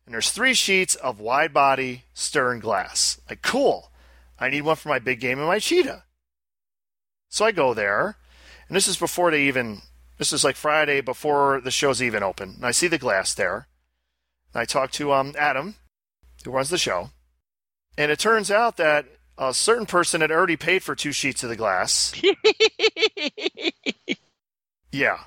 Speaker 3: And there's three sheets of wide body stern glass. Like cool. I need one for my big game and my cheetah. So I go there, and this is before they even this is like Friday before the show's even open. And I see the glass there. And I talk to um Adam, who runs the show. And it turns out that a certain person had already paid for two sheets of the glass. yeah.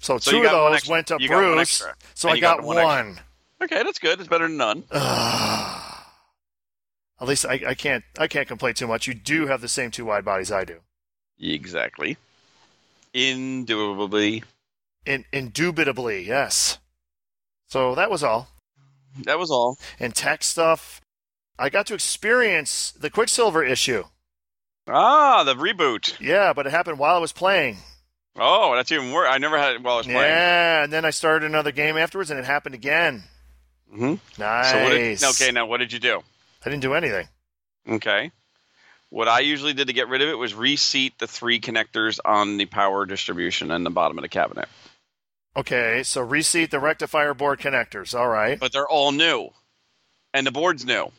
Speaker 3: So,
Speaker 4: So
Speaker 3: two
Speaker 4: you
Speaker 3: of
Speaker 4: got one
Speaker 3: those
Speaker 4: extra.
Speaker 3: went to
Speaker 4: You got one
Speaker 3: Bruce.
Speaker 4: extra.
Speaker 3: So
Speaker 4: And
Speaker 3: I
Speaker 4: you
Speaker 3: got,
Speaker 4: got
Speaker 3: one.
Speaker 4: one extra. Okay, that's good. It's better than none.
Speaker 3: Ugh. At least I, I can't I can't complain too much. You do have the same two wide bodies I do.
Speaker 4: Exactly. Indubitably.
Speaker 3: In, indubitably, yes. So that was all.
Speaker 4: That was all.
Speaker 3: And tech stuff. I got to experience the Quicksilver issue.
Speaker 4: Ah, the reboot.
Speaker 3: Yeah, but it happened while I was playing.
Speaker 4: Oh, that's even worse. I never had it while I was playing.
Speaker 3: Yeah, and then I started another game afterwards, and it happened again.
Speaker 4: Mm-hmm.
Speaker 3: Nice.
Speaker 4: So what did, okay, now what did you do?
Speaker 3: I didn't do anything.
Speaker 4: Okay. What I usually did to get rid of it was reseat the three connectors on the power distribution and the bottom of the cabinet.
Speaker 3: Okay, so reseat the rectifier board connectors. All right,
Speaker 4: But they're all new. And the board's new.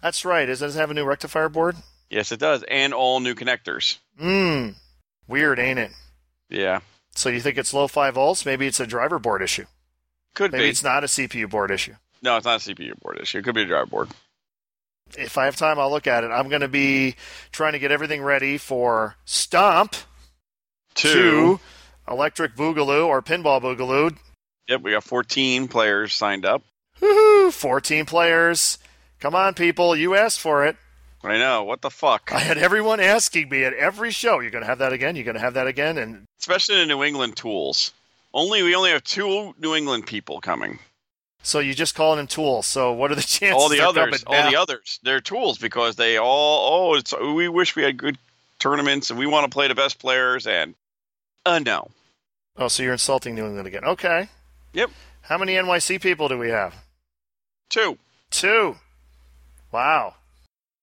Speaker 3: that's right. Is- Does it have a new rectifier board?
Speaker 4: Yes, it does. And all new connectors.
Speaker 3: Mmm. Weird, ain't it?
Speaker 4: Yeah.
Speaker 3: So you think it's low five volts? Maybe it's a driver board issue.
Speaker 4: Could
Speaker 3: Maybe
Speaker 4: be.
Speaker 3: it's not a CPU board issue.
Speaker 4: No, it's not a CPU board issue. It could be a drive board.
Speaker 3: If I have time, I'll look at it. I'm going to be trying to get everything ready for Stomp
Speaker 4: Two.
Speaker 3: Electric Boogaloo or Pinball Boogaloo.
Speaker 4: Yep, we got 14 players signed up.
Speaker 3: Woohoo! Woo! 14 players. Come on, people. You asked for it.
Speaker 4: I know. What the fuck?
Speaker 3: I had everyone asking me at every show, you're going to have that again? You're going to have that again? And
Speaker 4: Especially the New England tools. Only we only have two New England people coming.
Speaker 3: so you just calling them tools. So what are the chances?
Speaker 4: all the
Speaker 3: they're
Speaker 4: others,
Speaker 3: coming
Speaker 4: all the
Speaker 3: now?
Speaker 4: others, they're tools because they all. Oh, it's we wish we had good tournaments and we want to play the best players and. Uh, no.
Speaker 3: Oh, so you're insulting New England again. Okay.
Speaker 4: Yep.
Speaker 3: How many NYC people do we have?
Speaker 4: Two.
Speaker 3: Two. Wow.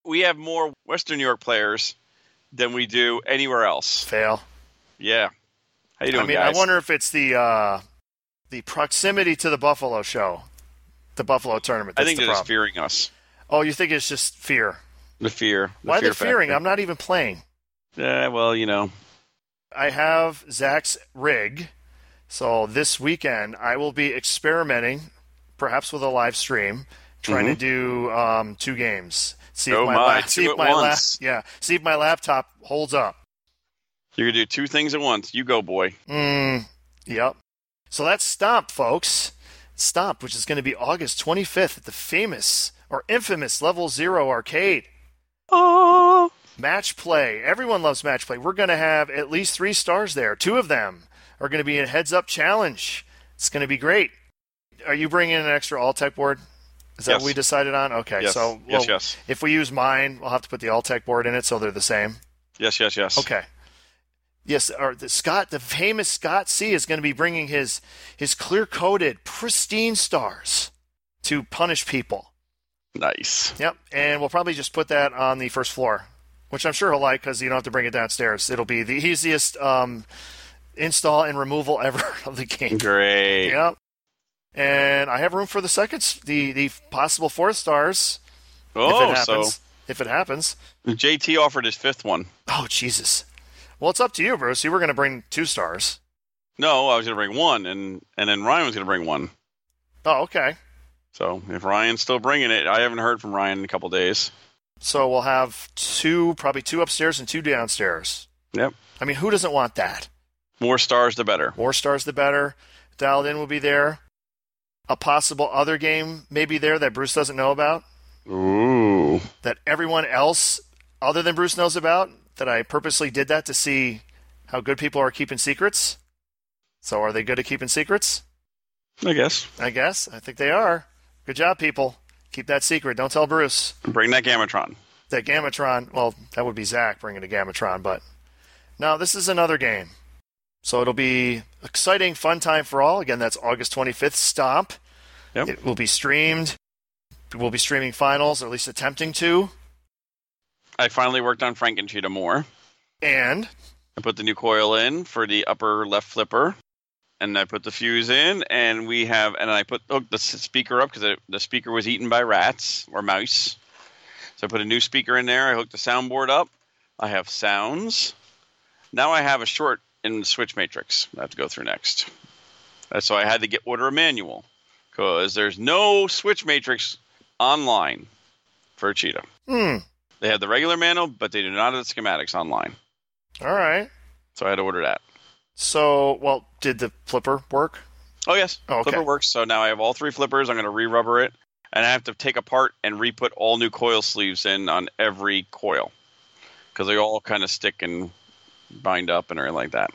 Speaker 4: We have more Western New York players than we do anywhere else.
Speaker 3: Fail.
Speaker 4: Yeah. How you doing,
Speaker 3: I mean,
Speaker 4: guys?
Speaker 3: I wonder if it's the uh, the proximity to the Buffalo show, the Buffalo tournament.
Speaker 4: I
Speaker 3: That's
Speaker 4: think
Speaker 3: the
Speaker 4: they're just
Speaker 3: problem.
Speaker 4: fearing us.
Speaker 3: Oh, you think it's just fear?
Speaker 4: The fear. The
Speaker 3: Why are
Speaker 4: fear
Speaker 3: they fearing?
Speaker 4: factor.
Speaker 3: I'm not even playing.
Speaker 4: Yeah, well, you know,
Speaker 3: I have Zach's rig, so this weekend I will be experimenting, perhaps with a live stream, trying to do um, two games. See
Speaker 4: Mm-hmm. Oh
Speaker 3: if my,
Speaker 4: my,
Speaker 3: lap-
Speaker 4: two
Speaker 3: see if
Speaker 4: at
Speaker 3: my lap-
Speaker 4: once.
Speaker 3: yeah, see if my laptop holds up.
Speaker 4: you're gonna do two things at once. You go, boy.
Speaker 3: Mm, yep. So that's Stomp, folks. Stomp, which is going to be August 25th at the famous or infamous Level Zero Arcade.
Speaker 4: Oh,
Speaker 3: Match play. Everyone loves match play. We're going to have at least three stars there. Two of them are going to be in Heads Up Challenge. It's going to be great. Are you bringing an extra All Tech board? Is that
Speaker 4: Yes.
Speaker 3: what we decided on? Okay.
Speaker 4: Yes.
Speaker 3: So
Speaker 4: Yes,
Speaker 3: well,
Speaker 4: yes.
Speaker 3: if we use mine, we'll have to put the All Tech board in it so they're the same.
Speaker 4: yes, yes, yes.
Speaker 3: Okay. Yes, or the Scott, the famous Scott C is going to be bringing his his clear coated pristine stars to punish people.
Speaker 4: Nice.
Speaker 3: Yep, and we'll probably just put that on the first floor, which I'm sure he'll like because you don't have to bring it downstairs. It'll be the easiest um, install and removal ever of the game.
Speaker 4: Great.
Speaker 3: Yep. And I have room for the second, s- the the possible fourth stars if
Speaker 4: Oh,
Speaker 3: it
Speaker 4: so
Speaker 3: happens. If it happens.
Speaker 4: JT offered his fifth one.
Speaker 3: Oh Jesus. Well, it's up to you, Bruce. You were going to bring two stars.
Speaker 4: No, I was gonna bring one, and and then Ryan was gonna bring one.
Speaker 3: Oh, okay.
Speaker 4: So if Ryan's still bringing it, I haven't heard from Ryan in a couple days.
Speaker 3: So we'll have two, probably two upstairs and two downstairs.
Speaker 4: Yep,
Speaker 3: I mean, who doesn't want that?
Speaker 4: more stars the better.
Speaker 3: More stars, the better. Dialed in will be there. A possible other game may be there that Bruce doesn't know about,
Speaker 4: Ooh,
Speaker 3: that everyone else other than Bruce knows about, that I purposely did that to see how good people are keeping secrets. So are they good at keeping secrets?
Speaker 4: I guess
Speaker 3: I guess. I think they are. Good job, people. Keep that secret. Don't tell Bruce.
Speaker 4: bring that Gamatron.
Speaker 3: that Gamatron, well, that would be Zach bringing a Gamatron, but now this is another game. So it'll be exciting, fun time for all. Again, that's August 25th, Stomp.
Speaker 4: Yep.
Speaker 3: It will be streamed. We'll be streaming finals, or at least attempting to.
Speaker 4: I finally worked on Frank and Cheetah more.
Speaker 3: And
Speaker 4: I put the new coil in for the upper left flipper, and I put the fuse in, and we have, and I put hooked the s- speaker up because the speaker was eaten by rats or mice. So I put a new speaker in there. I hooked the soundboard up. I have sounds. Now I have a short in the switch matrix. I have to go through next. Uh, So I had to get order a manual because there's no switch matrix online for Cheetah.
Speaker 3: hmm,
Speaker 4: They have the regular manual, but they do not have the schematics online.
Speaker 3: all right.
Speaker 4: So I had to order that.
Speaker 3: So, well, did the flipper work?
Speaker 4: Oh yes,
Speaker 3: Oh, okay.
Speaker 4: flipper works. So now I have all three flippers. I'm going to re-rubber it, and I have to take apart and re-put all new coil sleeves in on every coil because they all kind of stick and bind up and everything like that.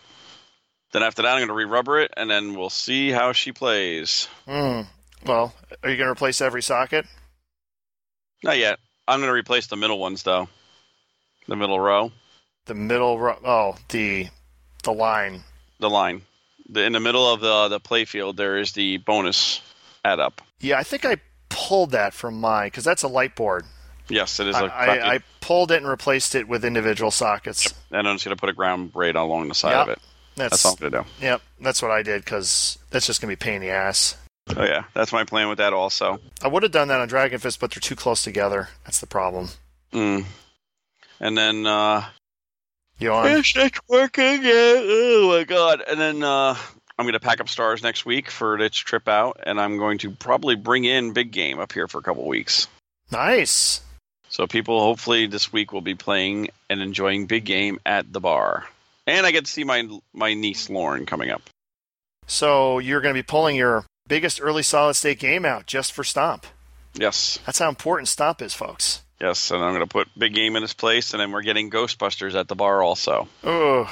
Speaker 4: Then after that, I'm going to re-rubber it, and then we'll see how she plays.
Speaker 3: Hmm. Well, are you going to replace every socket?
Speaker 4: Not yet. I'm going to replace the middle ones though, the middle row,
Speaker 3: The middle, ro- oh, the the line.
Speaker 4: the line. The, in the middle of the the play field, there is the bonus add up.
Speaker 3: Yeah, I think I pulled that from mine because that's a light board.
Speaker 4: Yes, it is. a
Speaker 3: I, I, I pulled it and replaced it with individual sockets.
Speaker 4: and I'm just going to put a ground braid along the side
Speaker 3: Yeah.
Speaker 4: of it.
Speaker 3: That's,
Speaker 4: That's all I'm going to do.
Speaker 3: Yep, that's what I did because that's just gonna be a pain in the ass.
Speaker 4: Oh yeah, that's my plan with that also.
Speaker 3: I would have done that on Dragon Fist, but they're too close together. That's the problem.
Speaker 4: Mm. And then uh
Speaker 3: Yawn.
Speaker 4: it's not working yet. Oh my god. And then uh I'm gonna pack up stars next week for its trip out, and I'm going to probably bring in Big Game up here for a couple weeks.
Speaker 3: Nice.
Speaker 4: So people hopefully this week will be playing and enjoying Big Game at the bar. And I get to see my my niece Lauren coming up.
Speaker 3: So you're gonna be pulling your biggest early solid state game out just for Stomp.
Speaker 4: Yes.
Speaker 3: That's how important Stomp is, folks.
Speaker 4: Yes, and I'm going to put Big Game in his place, and then we're getting Ghostbusters at the bar also.
Speaker 3: Oh,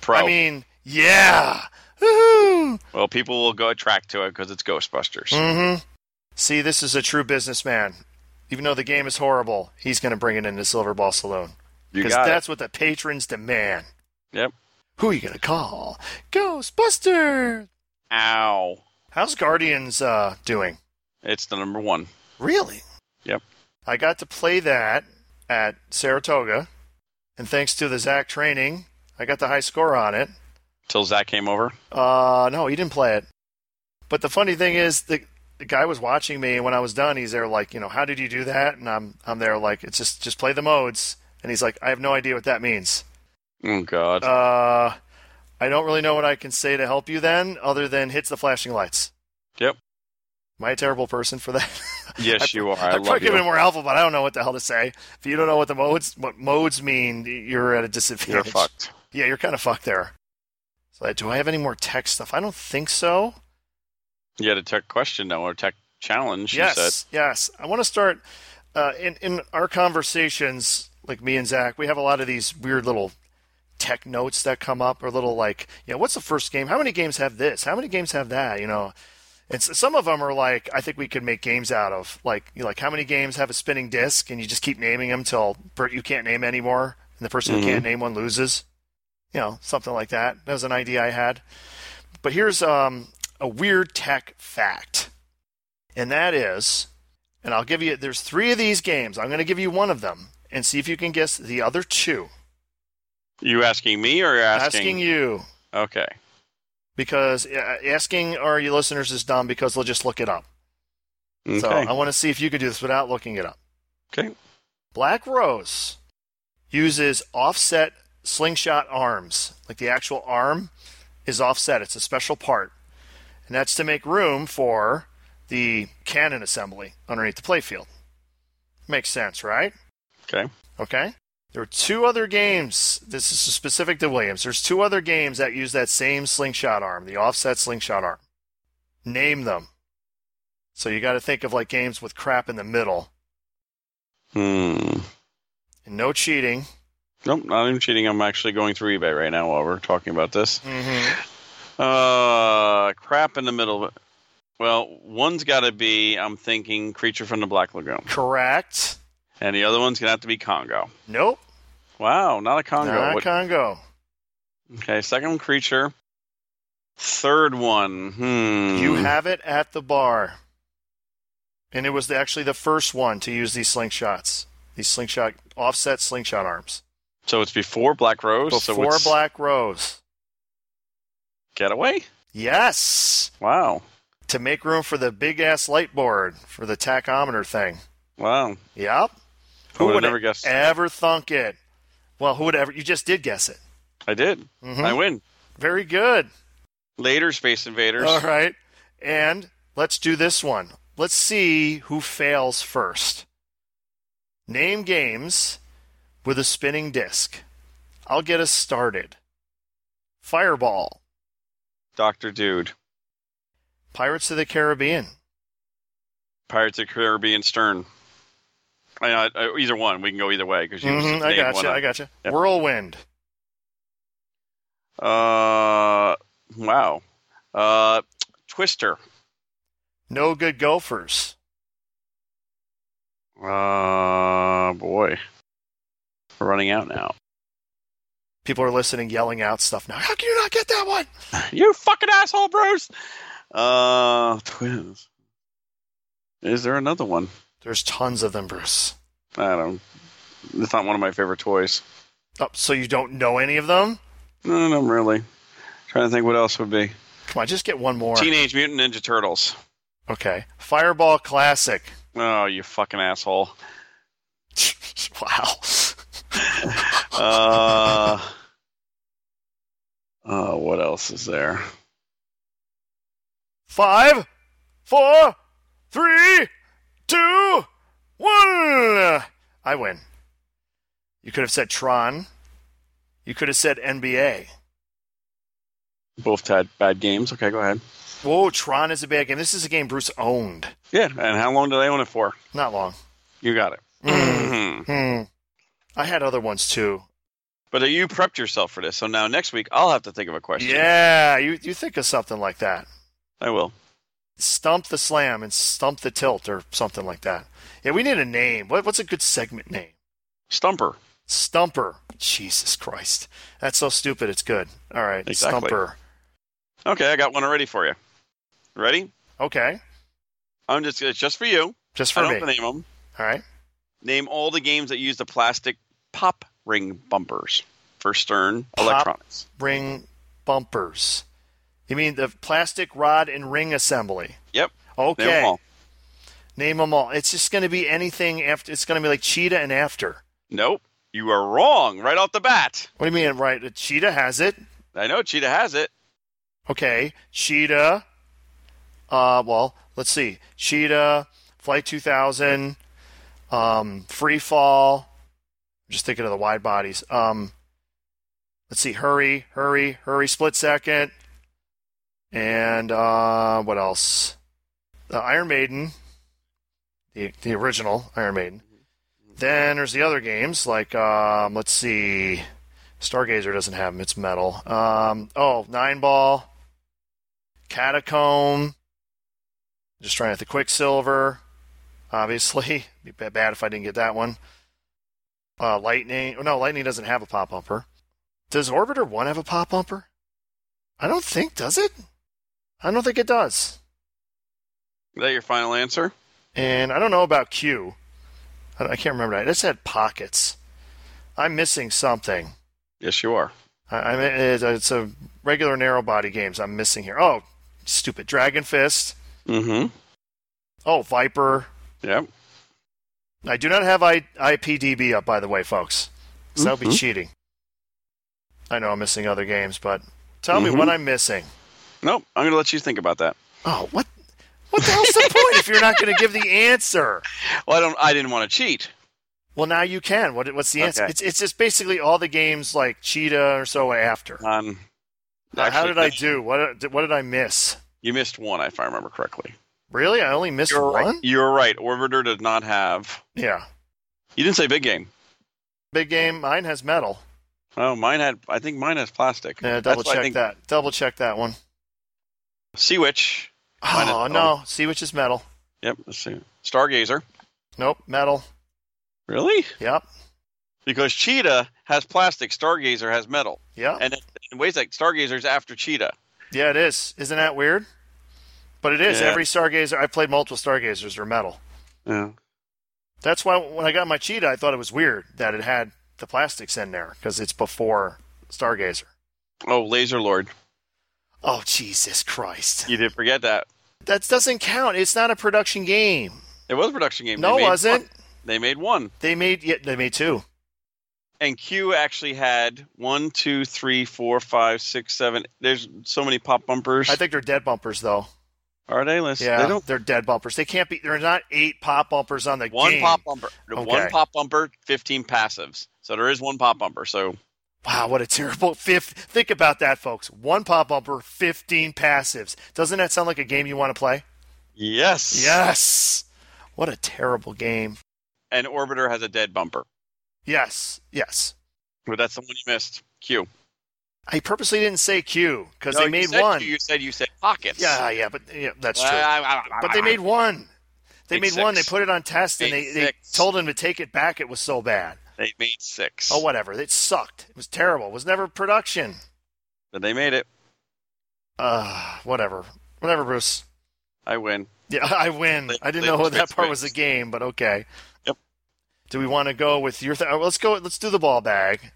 Speaker 4: Pro.
Speaker 3: I mean, yeah. Woohoo!
Speaker 4: well, people will go attract to it because it's Ghostbusters.
Speaker 3: Mm-hmm. See, this is a true businessman. Even though the game is horrible, he's going to bring it into Silver Ball Saloon
Speaker 4: you got
Speaker 3: that's what the patrons demand.
Speaker 4: it. Yep.
Speaker 3: Who are you going to call? Ghostbuster.
Speaker 4: Ow.
Speaker 3: How's Guardians uh, doing?
Speaker 4: It's the number one.
Speaker 3: Really?
Speaker 4: Yep.
Speaker 3: I got to play that at Saratoga, and thanks to the Zach training, I got the high score on it.
Speaker 4: Till Zach came over.
Speaker 3: Uh, no, he didn't play it. But the funny thing is, the the guy was watching me, and when I was done, he's there like, you know, how did you do that? And I'm I'm there like, it's just just play the modes, and he's like, I have no idea what that means.
Speaker 4: Oh God.
Speaker 3: Uh, I don't really know what I can say to help you then, other than hits the flashing lights.
Speaker 4: Yep.
Speaker 3: Am I a terrible person for that?
Speaker 4: yes, you are. I
Speaker 3: I've
Speaker 4: love
Speaker 3: probably
Speaker 4: you.
Speaker 3: given more alpha, but I don't know what the hell to say. If you don't know what the modes what modes mean, you're at a disadvantage.
Speaker 4: You're fucked.
Speaker 3: Yeah, you're kind of fucked there. So, do I have any more tech stuff? I don't think so.
Speaker 4: You had a tech question though, or tech challenge.
Speaker 3: yes,
Speaker 4: You said.
Speaker 3: yes. I want to start uh, in in our conversations, like me and Zach. We have a lot of these weird little tech notes that come up, or little like, you know, what's the first game? How many games have this? How many games have that? You know, and s some of them are like, I think we could make games out of, like, you know, like how many games have a spinning disc, and you just keep naming them till per- you can't name anymore, and the person who can't name one loses. You know, something like that. That was an idea I had. But here's um, a weird tech fact and that is, and I'll give you, there's three of these games. I'm going to give you one of them and see if you can guess the other two.
Speaker 4: You asking me or you're asking?
Speaker 3: you,
Speaker 4: Okay.
Speaker 3: because uh, asking our listeners is dumb because they'll just look it up.
Speaker 4: Okay.
Speaker 3: So I want to see if you can do this without looking it up.
Speaker 4: okay.
Speaker 3: Black Rose uses offset slingshot arms. Like the actual arm is offset, it's a special part. And that's to make room for the cannon assembly underneath the playfield. Makes sense, right?
Speaker 4: Okay.
Speaker 3: Okay? There are two other games. This is specific to Williams. There's two other games that use that same slingshot arm, the offset slingshot arm. Name them. So you got to think of like games with crap in the middle
Speaker 4: Hmm.
Speaker 3: and no cheating.
Speaker 4: Nope. Not even cheating. I'm actually going through eBay right now while we're talking about this.
Speaker 3: Mm-hmm.
Speaker 4: Uh, crap in the middle. Well, one's got to be. I'm thinking Creature from the Black Lagoon,
Speaker 3: Correct.
Speaker 4: and the other one's gonna have to be Congo.
Speaker 3: Nope.
Speaker 4: Wow, not a Congo.
Speaker 3: Not
Speaker 4: What-
Speaker 3: Congo.
Speaker 4: okay, second one, Creature. Third one. Hmm.
Speaker 3: You have it at the bar. And it was actually the first one to use these slingshots, these slingshot offset slingshot arms
Speaker 4: So it's before Black Rose.
Speaker 3: before
Speaker 4: Oh, so it's
Speaker 3: Black Rose.
Speaker 4: Getaway.
Speaker 3: Yes,
Speaker 4: Wow.
Speaker 3: to make room for the big ass light board for the tachometer thing.
Speaker 4: Wow.
Speaker 3: Yep.
Speaker 4: I would have never guessed.
Speaker 3: ever thunk it? Well, who would ever? You just did guess it.
Speaker 4: I did.
Speaker 3: Mhm.
Speaker 4: I win.
Speaker 3: Very good.
Speaker 4: Later, Space Invaders.
Speaker 3: All right. And let's do this one. Let's see who fails first. Name games with a spinning disc. I'll get us started. Fireball,
Speaker 4: Doctor Dude,
Speaker 3: Pirates of the Caribbean.
Speaker 4: Pirates of the Caribbean, Stern. I, I, I- either one. We can go either way because you
Speaker 3: Mhm,
Speaker 4: just
Speaker 3: I
Speaker 4: named
Speaker 3: got
Speaker 4: one
Speaker 3: you.
Speaker 4: up.
Speaker 3: I got you.
Speaker 4: Yep. Uh, Uh, Uh,
Speaker 3: Oh, Whoa, Tron
Speaker 4: Oh, Uh, stuff.
Speaker 3: is a bad game. This is a game Bruce owned.
Speaker 4: Yeah. And how long do they own it for?
Speaker 3: Not long.
Speaker 4: You got it. Mhm.
Speaker 3: Hmm. I had other ones too.
Speaker 4: But you prepped yourself for this, so now next week I'll have to think of a question.
Speaker 3: Yeah, you you think of something like that.
Speaker 4: I will.
Speaker 3: Stump the slam and stump the tilt or something like that. Yeah, we need a name. What, what's a good segment name?
Speaker 4: Stumper.
Speaker 3: Stumper. Jesus Christ. That's so stupid. It's good. All right.
Speaker 4: Exactly.
Speaker 3: Stumper.
Speaker 4: Okay, I got one already for you. Ready?
Speaker 3: Okay.
Speaker 4: I'm just it's just for you.
Speaker 3: Just for
Speaker 4: I don't
Speaker 3: me.
Speaker 4: have to name them.
Speaker 3: All right.
Speaker 4: Name all the games that use the plastic pop ring bumpers for Stern
Speaker 3: Pop.
Speaker 4: Electronics.
Speaker 3: Ring bumpers. You mean the plastic rod and ring assembly?
Speaker 4: Yep.
Speaker 3: Okay.
Speaker 4: Name 'em all.
Speaker 3: Name them all. It's just going to be anything after. It's going to be like cheetah and after.
Speaker 4: Nope. You are wrong right off the bat.
Speaker 3: What do you mean? Right? Cheetah has it.
Speaker 4: I know Cheetah has it.
Speaker 3: Okay, Cheetah. Uh, well, let's see. Cheetah, Flight 2000, um, Free Fall. I'm just thinking of the wide bodies. Um, let's see. Hurry, hurry, hurry. Split second. And uh, what else? The Iron Maiden, the the original Iron Maiden. Then there's the other games like um, let's see. Stargazer doesn't have them. It's metal. Um, oh, Nine Ball, Catacomb. Just trying to think. Quicksilver, obviously. Be ba- bad if I didn't get that one. Uh, Lightning. oh, No, Lightning doesn't have a pop bumper. Does Orbiter One have a pop bumper? I don't think. Does it? I don't think it does.
Speaker 4: Is that your final answer?
Speaker 3: And I don't know about Q. I I can't remember. that. It said pockets. I'm missing something.
Speaker 4: Yes, you are.
Speaker 3: I, I mean, it's, it's a regular narrow body games I'm missing here. Oh, stupid Dragon Fist.
Speaker 4: Mm-hmm.
Speaker 3: Oh, Viper.
Speaker 4: Yep.
Speaker 3: I do not have I, IPDB up, by the way, folks. So that would be
Speaker 4: Mhm.
Speaker 3: cheating. I know I'm missing other games, but tell me
Speaker 4: Mhm.
Speaker 3: what I'm missing.
Speaker 4: Nope. I'm gonna let you think about that.
Speaker 3: Oh, what? What the hell's the point if you're not going to give the answer?
Speaker 4: Well, I don't. I didn't want to cheat.
Speaker 3: Well, now you can. What, what's the answer?
Speaker 4: Okay.
Speaker 3: It's it's just basically all the games like Cheetah or so after.
Speaker 4: Um,
Speaker 3: How- How
Speaker 4: actually,
Speaker 3: did I do? What did- what did I miss?
Speaker 4: You missed one, if I remember correctly.
Speaker 3: Really? I only missed one.
Speaker 4: right. You're right. Orbiter does not have.
Speaker 3: Yeah,
Speaker 4: You didn't say big game.
Speaker 3: big game. Mine has metal.
Speaker 4: Oh, mine had. I think mine has plastic.
Speaker 3: Yeah,
Speaker 4: That's
Speaker 3: double
Speaker 4: why I
Speaker 3: check
Speaker 4: think
Speaker 3: that. Double check that one.
Speaker 4: Sea Witch. Mine is
Speaker 3: Oh no, see which is metal.
Speaker 4: Yep. Let's see. Stargazer.
Speaker 3: Nope, metal.
Speaker 4: Really?
Speaker 3: Yep,
Speaker 4: Because Cheetah has plastic. Stargazer has metal.
Speaker 3: yep.
Speaker 4: And in ways like Stargazer's after Cheetah.
Speaker 3: yeah, it is. Isn't that weird? But it is.
Speaker 4: Yeah.
Speaker 3: Every stargazer I've played multiple stargazers are metal.
Speaker 4: Yeah.
Speaker 3: That's why when I got my cheetah, I thought it was weird that it had the plastics in there because it's before stargazer.
Speaker 4: Oh, Laser Lord.
Speaker 3: Oh Jesus Christ!
Speaker 4: You did forget that.
Speaker 3: That doesn't count. It's not a production game.
Speaker 4: It was a production game. They
Speaker 3: no, it
Speaker 4: made
Speaker 3: wasn't.
Speaker 4: one. They made one.
Speaker 3: They made yeah, they made two.
Speaker 4: and Q actually had one, two, three, four, five, six, seven. There's so many pop bumpers.
Speaker 3: I think they're dead bumpers though.
Speaker 4: Are they? Let's,
Speaker 3: Yeah,
Speaker 4: They don't.
Speaker 3: are dead bumpers. They can't be. There's not eight pop bumpers on the
Speaker 4: One
Speaker 3: game.
Speaker 4: pop bumper.
Speaker 3: Okay.
Speaker 4: One pop bumper. Fifteen passives. So there is one pop bumper. So
Speaker 3: Wow, what a terrible fifth. Think about that, folks. One pop bumper, 15 passives. Doesn't that sound like a game you want to play?
Speaker 4: yes.
Speaker 3: Yes. What a terrible game.
Speaker 4: And orbiter has a dead bumper.
Speaker 3: Yes, yes.
Speaker 4: But that's the one you missed. Q.
Speaker 3: I purposely didn't say Q because
Speaker 4: No,
Speaker 3: they
Speaker 4: you
Speaker 3: made
Speaker 4: said
Speaker 3: one.
Speaker 4: Q, you said you said pockets.
Speaker 3: Yeah, yeah, but yeah, that's true.
Speaker 4: But
Speaker 3: but they made one. They
Speaker 4: Big
Speaker 3: made one. They
Speaker 4: six.
Speaker 3: put it on test and they,
Speaker 4: Big
Speaker 3: they
Speaker 4: six.
Speaker 3: told him to take it back. It was so bad.
Speaker 4: They made six.
Speaker 3: Oh, whatever. It sucked. It was terrible. It was never production.
Speaker 4: But they made it.
Speaker 3: Uh, whatever. Whatever, Bruce.
Speaker 4: I win.
Speaker 3: Yeah, I win.
Speaker 4: They-
Speaker 3: I didn't
Speaker 4: they
Speaker 3: know
Speaker 4: just
Speaker 3: that
Speaker 4: fixed
Speaker 3: part
Speaker 4: it.
Speaker 3: was a game, but okay.
Speaker 4: Yep.
Speaker 3: Do we want to go with your? Th- oh, let's go. Let's do the ball bag. I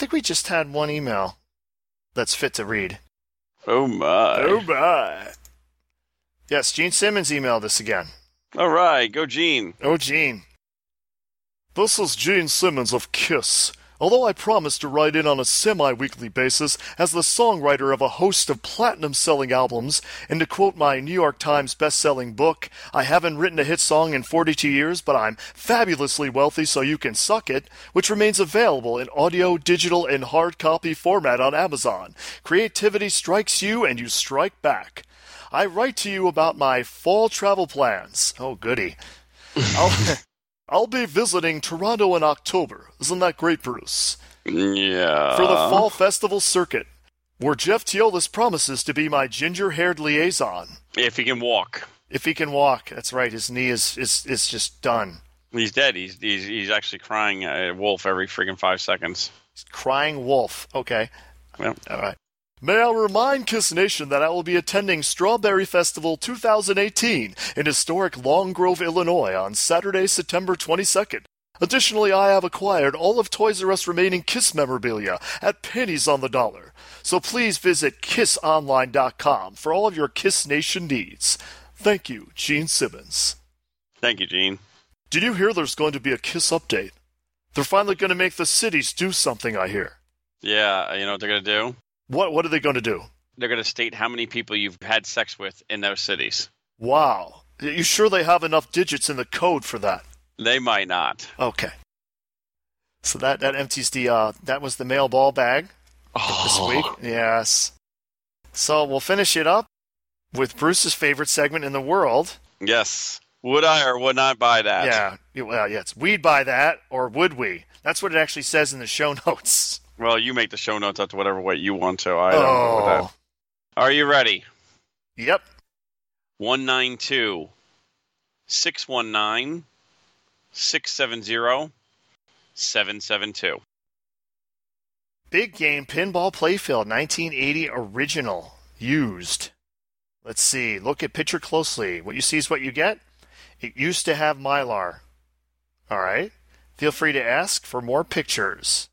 Speaker 3: think we just had one email that's fit to read.
Speaker 4: Oh my.
Speaker 3: my! Yes, Gene Simmons emailed us again.
Speaker 4: All right. Go Gene.
Speaker 3: Oh, Gene. This is Gene Simmons of Kiss. Although I promised to write in on a semi weekly basis as the songwriter of a host of platinum selling albums, and to quote my New York Times best selling book, I haven't written a hit song in 42 years, but I'm fabulously wealthy, so you can suck it, which remains available in audio, digital, and hard copy format on Amazon. Creativity strikes you, and you strike back. I write to you about my fall travel plans. Oh, goody. I'll, I'll be visiting Toronto in October. Isn't that great, Bruce?
Speaker 4: Yeah.
Speaker 3: For the fall festival circuit, where Jeff Teolis promises to be my ginger haired liaison.
Speaker 4: If he can walk.
Speaker 3: If he can walk, that's right, his knee is, is, is just done.
Speaker 4: He's dead. He's he's, he's actually crying at wolf every freaking five seconds.
Speaker 3: He's crying wolf. Okay.
Speaker 4: Well,
Speaker 3: All right. May I remind Kiss Nation that I will be attending Strawberry Festival 2018 in historic Long Grove, Illinois on Saturday, September 22nd. Additionally, I have acquired all of Toys R Us remaining Kiss memorabilia at pennies on the dollar. So please visit kissonline.com for all of your Kiss Nation needs. Thank you, Gene Simmons.
Speaker 4: thank you, Gene.
Speaker 3: Did you hear there's going to be a Kiss update? They're finally going to make the cities do something, I hear.
Speaker 4: Yeah, you know what they're gonna do?
Speaker 3: What, what are they going to do?
Speaker 4: They're gonna state how many people you've had sex with in those cities.
Speaker 3: Wow. You sure they have enough digits in the code for that?
Speaker 4: They might not.
Speaker 3: Okay. So that, that empties the uh that was the mail ball bag this week. Yes. So we'll finish it up with Bruce's favorite segment in the world.
Speaker 4: Yes. Would I or would not buy that?
Speaker 3: Yeah. Yeah, Well, yeah, it's we'd buy that or would we? That's what it actually says in the show notes.
Speaker 4: Well, you make the show notes up to whatever way you want to. I
Speaker 3: Oh.
Speaker 4: don't know what that. Are you ready?
Speaker 3: Yep.
Speaker 4: 192 619 670 772.
Speaker 3: Big Game Pinball Playfield 1980 original used. Let's see. Look at picture closely. What you see is what you get. It used to have mylar. All right. Feel free to ask for more pictures.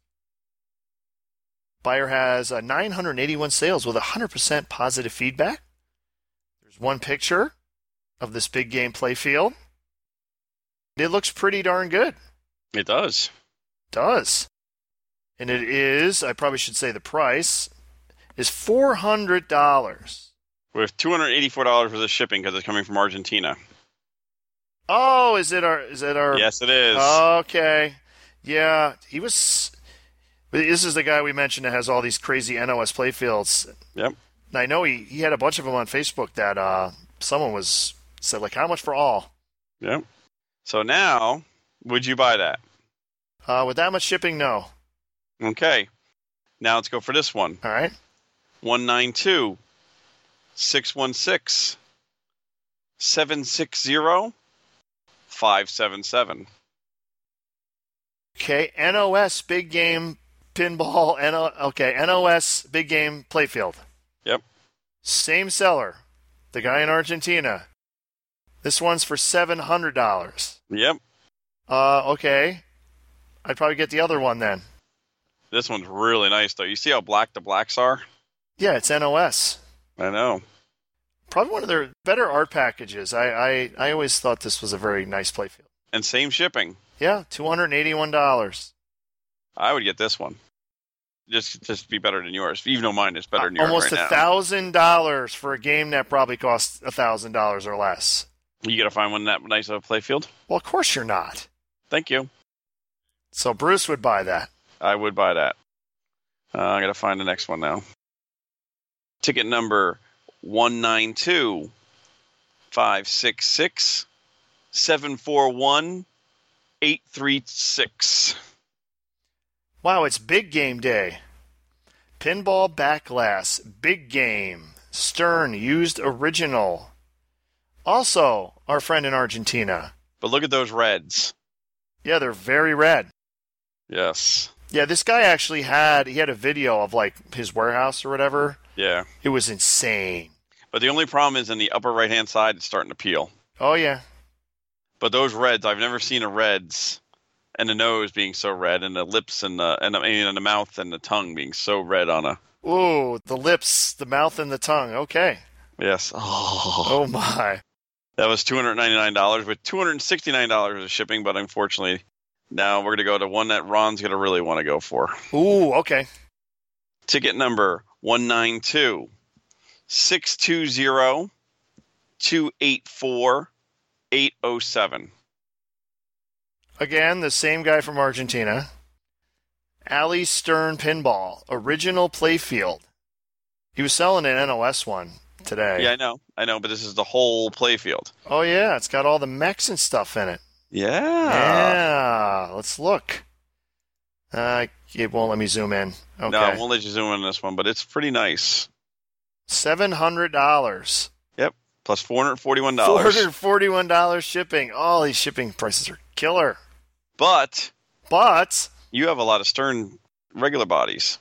Speaker 3: Buyer has uh, 981 sales with 100% positive feedback. There's one picture of this big game playfield. It looks pretty darn good
Speaker 4: It does.
Speaker 3: does. And it is, I probably should say the price, is $400.
Speaker 4: With $284 for the shipping because it's coming from Argentina.
Speaker 3: Oh, is it our, is it our?
Speaker 4: Yes, it is.
Speaker 3: Oh. Okay. Yeah, he was, this is the guy we mentioned that has all these crazy NOS playfields.
Speaker 4: yep.
Speaker 3: And I know he, he had a bunch of them on Facebook that uh, someone was, said like, how much for all?
Speaker 4: Yep. So now, would you buy that?
Speaker 3: Uh, with that much shipping, no.
Speaker 4: Okay. Now let's go for this one.
Speaker 3: All right.
Speaker 4: 192 616 760 577.
Speaker 3: Okay, NOS big game pinball. NO, okay, NOS big game playfield.
Speaker 4: Yep.
Speaker 3: Same seller, the guy in Argentina. This one's for seven hundred dollars.
Speaker 4: Yep.
Speaker 3: Uh, okay. I'd probably get the other one then.
Speaker 4: This one's really nice, though. You see how black the blacks are?
Speaker 3: Yeah, it's NOS.
Speaker 4: I know.
Speaker 3: Probably one of their better art packages. I I, I always thought this was a very nice playfield.
Speaker 4: And same shipping.
Speaker 3: Yeah, two hundred eighty-one dollars.
Speaker 4: I would get this one. Just just be better than yours. Even though mine is better than yours
Speaker 3: Uh, Almost
Speaker 4: right now.
Speaker 3: thousand dollars for a game that probably costs thousand dollars or less.
Speaker 4: You gotta find one that nice of a playfield.
Speaker 3: Well, of course you're not.
Speaker 4: Thank you.
Speaker 3: So Bruce would buy that.
Speaker 4: I would buy that. Uh, I gotta find the next one now. Ticket number one nine two five six six seven four one eight three six.
Speaker 3: Wow, it's big game day. Pinball Backlash, big game. Stern used original. Also, our friend in Argentina.
Speaker 4: But look at those reds.
Speaker 3: Yeah, they're very red.
Speaker 4: Yes.
Speaker 3: Yeah, this guy actually had he had a video of like his warehouse or whatever.
Speaker 4: Yeah.
Speaker 3: It was insane.
Speaker 4: But the only problem is in the upper right hand side, it's starting to peel.
Speaker 3: Oh yeah.
Speaker 4: But those reds, I've never seen a reds, and the nose being so red, and the lips and the and the, and the mouth and the tongue being so red on a
Speaker 3: Ooh, the lips, the mouth and the tongue. Okay.
Speaker 4: yes. Oh,
Speaker 3: Oh my.
Speaker 4: that was two hundred ninety nine dollars with two hundred sixty nine dollars of shipping. But unfortunately, now we're gonna go to one that Ron's gonna really want to go for.
Speaker 3: Ooh, okay.
Speaker 4: Ticket number one nine two six two zero two eight four eight zero seven.
Speaker 3: Again, the same guy from Argentina. Ali Stern Pinball, original playfield. He was selling an NOS one. today.
Speaker 4: Yeah, I know, I know, but this is the whole playfield.
Speaker 3: Oh yeah, it's got all the mechs and stuff in it.
Speaker 4: Yeah. Ah.
Speaker 3: yeah, let's look. Uh, it won't let me zoom in. Okay,
Speaker 4: No, I won't let you zoom in on this one, but it's pretty nice.
Speaker 3: seven hundred dollars,
Speaker 4: Plus four hundred forty-one
Speaker 3: four
Speaker 4: dollars.
Speaker 3: hundred forty-one dollars shipping. All these shipping prices are killer.
Speaker 4: But
Speaker 3: But
Speaker 4: you have a lot of stern regular bodies.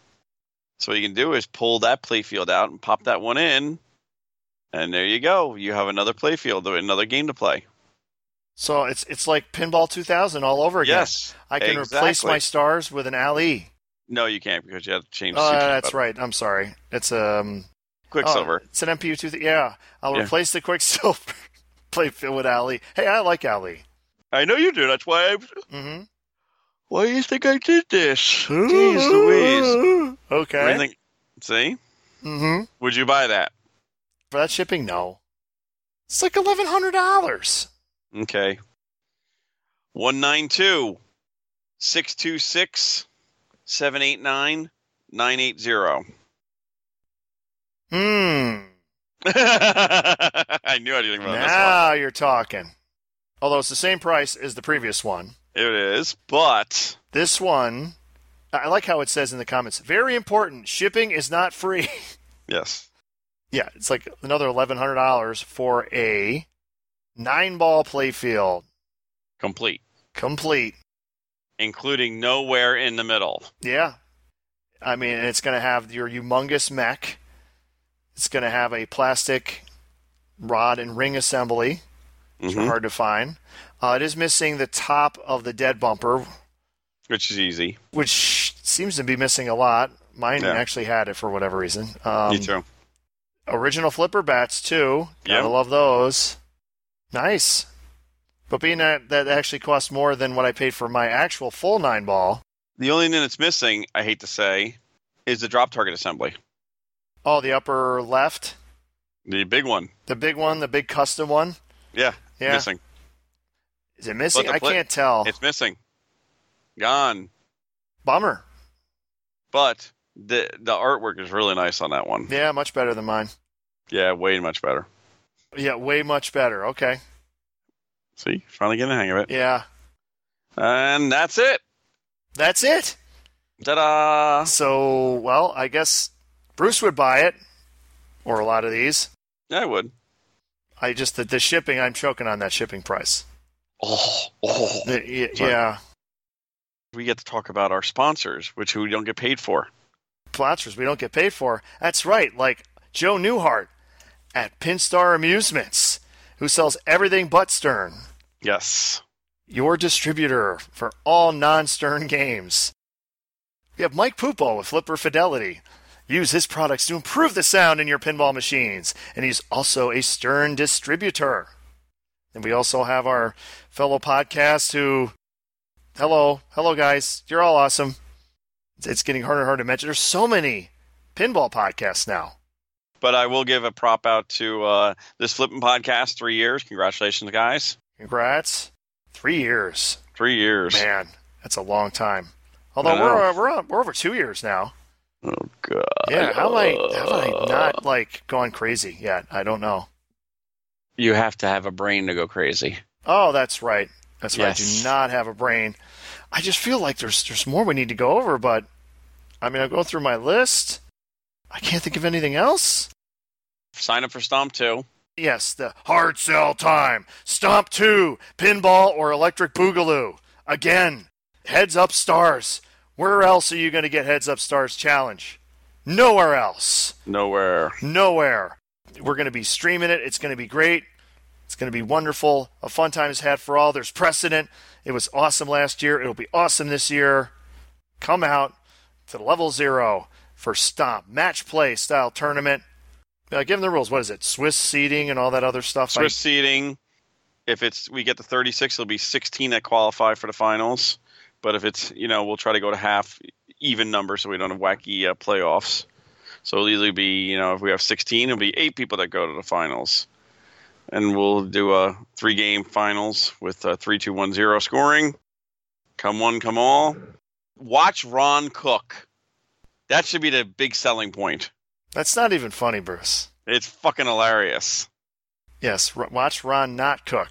Speaker 4: So what you can do is pull that playfield out and pop that one in, and there you go. You have another playfield, another game to play.
Speaker 3: so it's it's like pinball two thousand all over again.
Speaker 4: Yes,
Speaker 3: I can replace
Speaker 4: exactly.
Speaker 3: my stars with an Ali.
Speaker 4: No, you can't because you have to change.
Speaker 3: Oh,
Speaker 4: CPU
Speaker 3: that's
Speaker 4: button.
Speaker 3: right. I'm sorry. It's um
Speaker 4: Quicksilver.
Speaker 3: Oh, it's an MPU two. yeah, I'll
Speaker 4: Yeah.
Speaker 3: replace the Quicksilver. Play Phil with Ali. Hey, I like Ali. Oh.
Speaker 4: I know you do. That's why. I,
Speaker 3: Mm-hmm.
Speaker 4: why do you think I did this? Jeez Louise. What do you
Speaker 3: Okay.
Speaker 4: think- See,
Speaker 3: Mm-hmm.
Speaker 4: would you buy that?
Speaker 3: For that shipping, no. It's like eleven hundred dollars.
Speaker 4: Okay. One nine two, six two six, seven eight nine, nine eight zero.
Speaker 3: Hmm.
Speaker 4: I knew I didn't run this
Speaker 3: Now you're talking. Although it's the same price as the previous one.
Speaker 4: one. It is, but
Speaker 3: This one, I like how it says in the comments. Very important. Shipping is not free.
Speaker 4: yes,
Speaker 3: yeah, it's like another eleven hundred dollars for a nine ball playfield,
Speaker 4: complete,
Speaker 3: complete.
Speaker 4: including nowhere in the middle.
Speaker 3: Yeah. I mean, and it's going to have your humongous mech. It's going to have a plastic rod and ring assembly, which are
Speaker 4: Mhm.
Speaker 3: hard to find. Uh, it is missing the top of the dead bumper,
Speaker 4: which is easy.
Speaker 3: which seems to be missing a lot. Mine
Speaker 4: Yeah.
Speaker 3: actually had it for whatever reason. Um,
Speaker 4: Me too.
Speaker 3: Original flipper bats, too. Gotta
Speaker 4: Yeah.
Speaker 3: love those. Nice. But being that that actually cost more than what I paid for my actual full nine ball,
Speaker 4: The only thing that's missing, I hate to say, is the drop target assembly,
Speaker 3: oh, the upper left,
Speaker 4: the big one.
Speaker 3: the big one, the big custom one.
Speaker 4: Yeah,
Speaker 3: Yeah.
Speaker 4: missing.
Speaker 3: Is it missing?
Speaker 4: But the
Speaker 3: I
Speaker 4: pla-
Speaker 3: can't tell.
Speaker 4: It's missing. Gone.
Speaker 3: Bummer.
Speaker 4: But the the artwork is really nice on that one.
Speaker 3: Yeah, much better than mine.
Speaker 4: Yeah, way much better.
Speaker 3: Yeah, way much better. Okay.
Speaker 4: See, finally getting the hang of it.
Speaker 3: Yeah.
Speaker 4: And that's it.
Speaker 3: That's it.
Speaker 4: Ta-da!
Speaker 3: So, well, I guess Bruce would buy it or a lot of these.
Speaker 4: Yeah, I would.
Speaker 3: I just, the, the shipping, I'm choking on that shipping price.
Speaker 4: Oh, oh.
Speaker 3: The- y-
Speaker 4: Sorry.
Speaker 3: yeah.
Speaker 4: we get to talk about our sponsors, which we don't get paid for.
Speaker 3: Plotters we don't get paid for. That's right. Like Joe Newhart at Pinstar Amusements, who sells everything but Stern.
Speaker 4: Yes.
Speaker 3: your distributor for all non Stern games. We have Mike Pupo with Flipper Fidelity. Use his products to improve the sound in your pinball machines, and he's also a Stern distributor. And we also have our fellow podcast who, hello, hello guys, you're all awesome. It's- It's getting harder and harder to mention. There's so many pinball podcasts now.
Speaker 4: But I will give a prop out to uh, this flipping podcast, three years. Congratulations, guys.
Speaker 3: Congrats. Three years.
Speaker 4: Three years.
Speaker 3: Man, that's a long time. Although
Speaker 4: know.
Speaker 3: we're, we're, we're over two years now.
Speaker 4: Oh, God.
Speaker 3: Yeah, how am I have
Speaker 4: Uh,
Speaker 3: I not like gone crazy yet? I don't know.
Speaker 4: You have to have a brain to go crazy.
Speaker 3: Oh, that's right. That's right. I
Speaker 4: Yes.
Speaker 3: do not have a brain. I just feel like there's there's more we need to go over, but I mean I'm going through my list. I can't think of anything else.
Speaker 4: Sign up for Stomp 2.
Speaker 3: Yes, the hard sell time. Stomp two, pinball or electric boogaloo. Again, heads up stars. Where else are you gonna get heads up stars challenge? Nowhere else.
Speaker 4: Nowhere.
Speaker 3: nowhere. We're going to be streaming it. It's going to be great. It's going to be wonderful. A fun time is had for all. There's precedent. It was awesome last year. It'll be awesome this year. Come out to level zero for Stomp match play style tournament. Uh, give them the rules. What is it? Swiss seating and all that other stuff.
Speaker 4: Swiss seeding. If it's we get to 36, it'll be 16 that qualify for the finals. But if it's you know we'll try to go to half even numbers so we don't have wacky uh, playoffs. So it'll usually be you know if we have 16, it'll be eight people that go to the finals, and we'll do a three game finals with uh, three, two, one, zero scoring. Come one, come all. Watch Ron Cook. That should be the big selling point.
Speaker 3: That's not even funny, Bruce.
Speaker 4: It's fucking hilarious.
Speaker 3: Yes, r- watch Ron not cook.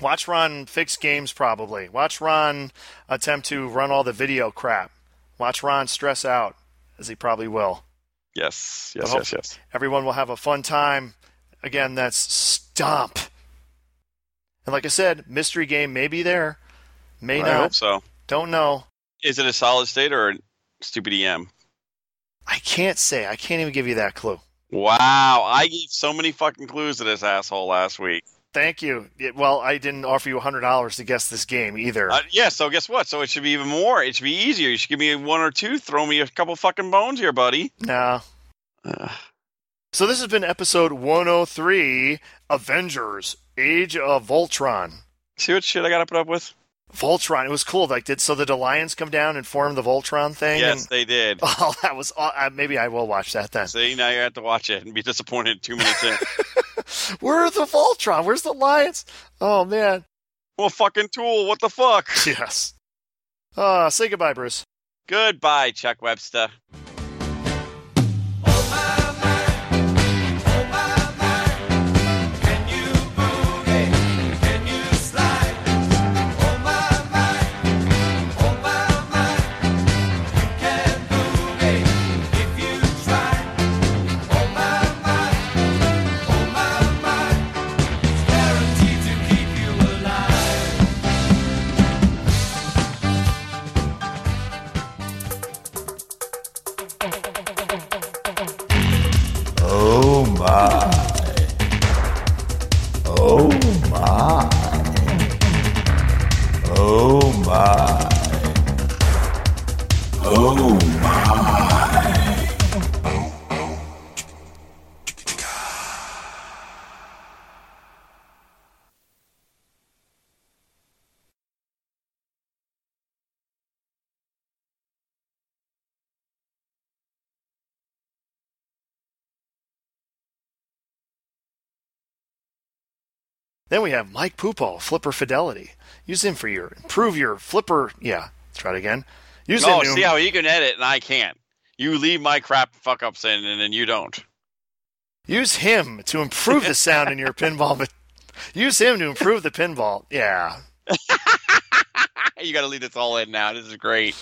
Speaker 3: Watch Ron fix games, probably. Watch Ron attempt to run all the video crap. Watch Ron stress out, as he probably will.
Speaker 4: Yes, yes,
Speaker 3: Well,
Speaker 4: yes, yes.
Speaker 3: Everyone will have a fun time. Again, that's Stomp. And like I said, mystery game may be there, may
Speaker 4: I hope
Speaker 3: not.
Speaker 4: so.
Speaker 3: Don't know.
Speaker 4: Is it a solid state or a stupid E EM?
Speaker 3: I can't say. I can't even give you that clue.
Speaker 4: Wow, I gave so many fucking clues to this asshole last week.
Speaker 3: Thank you. It- well, I didn't offer you $100 to guess this game either.
Speaker 4: Uh, yeah, so guess what? So it should be even more. It should be easier. You should give me one or two. Throw me a couple fucking bones here, buddy.
Speaker 3: no.
Speaker 4: Uh,
Speaker 3: So this has been episode 103 Avengers Age of Voltron.
Speaker 4: see what shit I got to put up with?
Speaker 3: Voltron, it was cool. Like did so did the Lions come down and form the Voltron thing?
Speaker 4: Yes,
Speaker 3: And,
Speaker 4: they did.
Speaker 3: oh, that was aw- uh, maybe I will watch that then.
Speaker 4: See, now you have to watch it and be disappointed two minutes in.
Speaker 3: Where are the Voltron? Where's the Lions? Oh man.
Speaker 4: well, fucking tool, what the fuck?
Speaker 3: Yes. Uh, say goodbye, Bruce.
Speaker 4: Goodbye, Chuck Webster.
Speaker 6: Oh my. Oh my. Oh my. Oh my.
Speaker 3: Then we have Mike Pupo, Flipper Fidelity. Use him for your improve your flipper. Yeah, try it again. Use
Speaker 4: Oh,
Speaker 3: him. to-
Speaker 4: see how you can edit and I can't. You leave my crap fuck ups in and then you don't.
Speaker 3: Use him to improve the sound in your pinball. ma- Use him to improve the pinball. Yeah.
Speaker 4: You got to leave this all in now. This is great.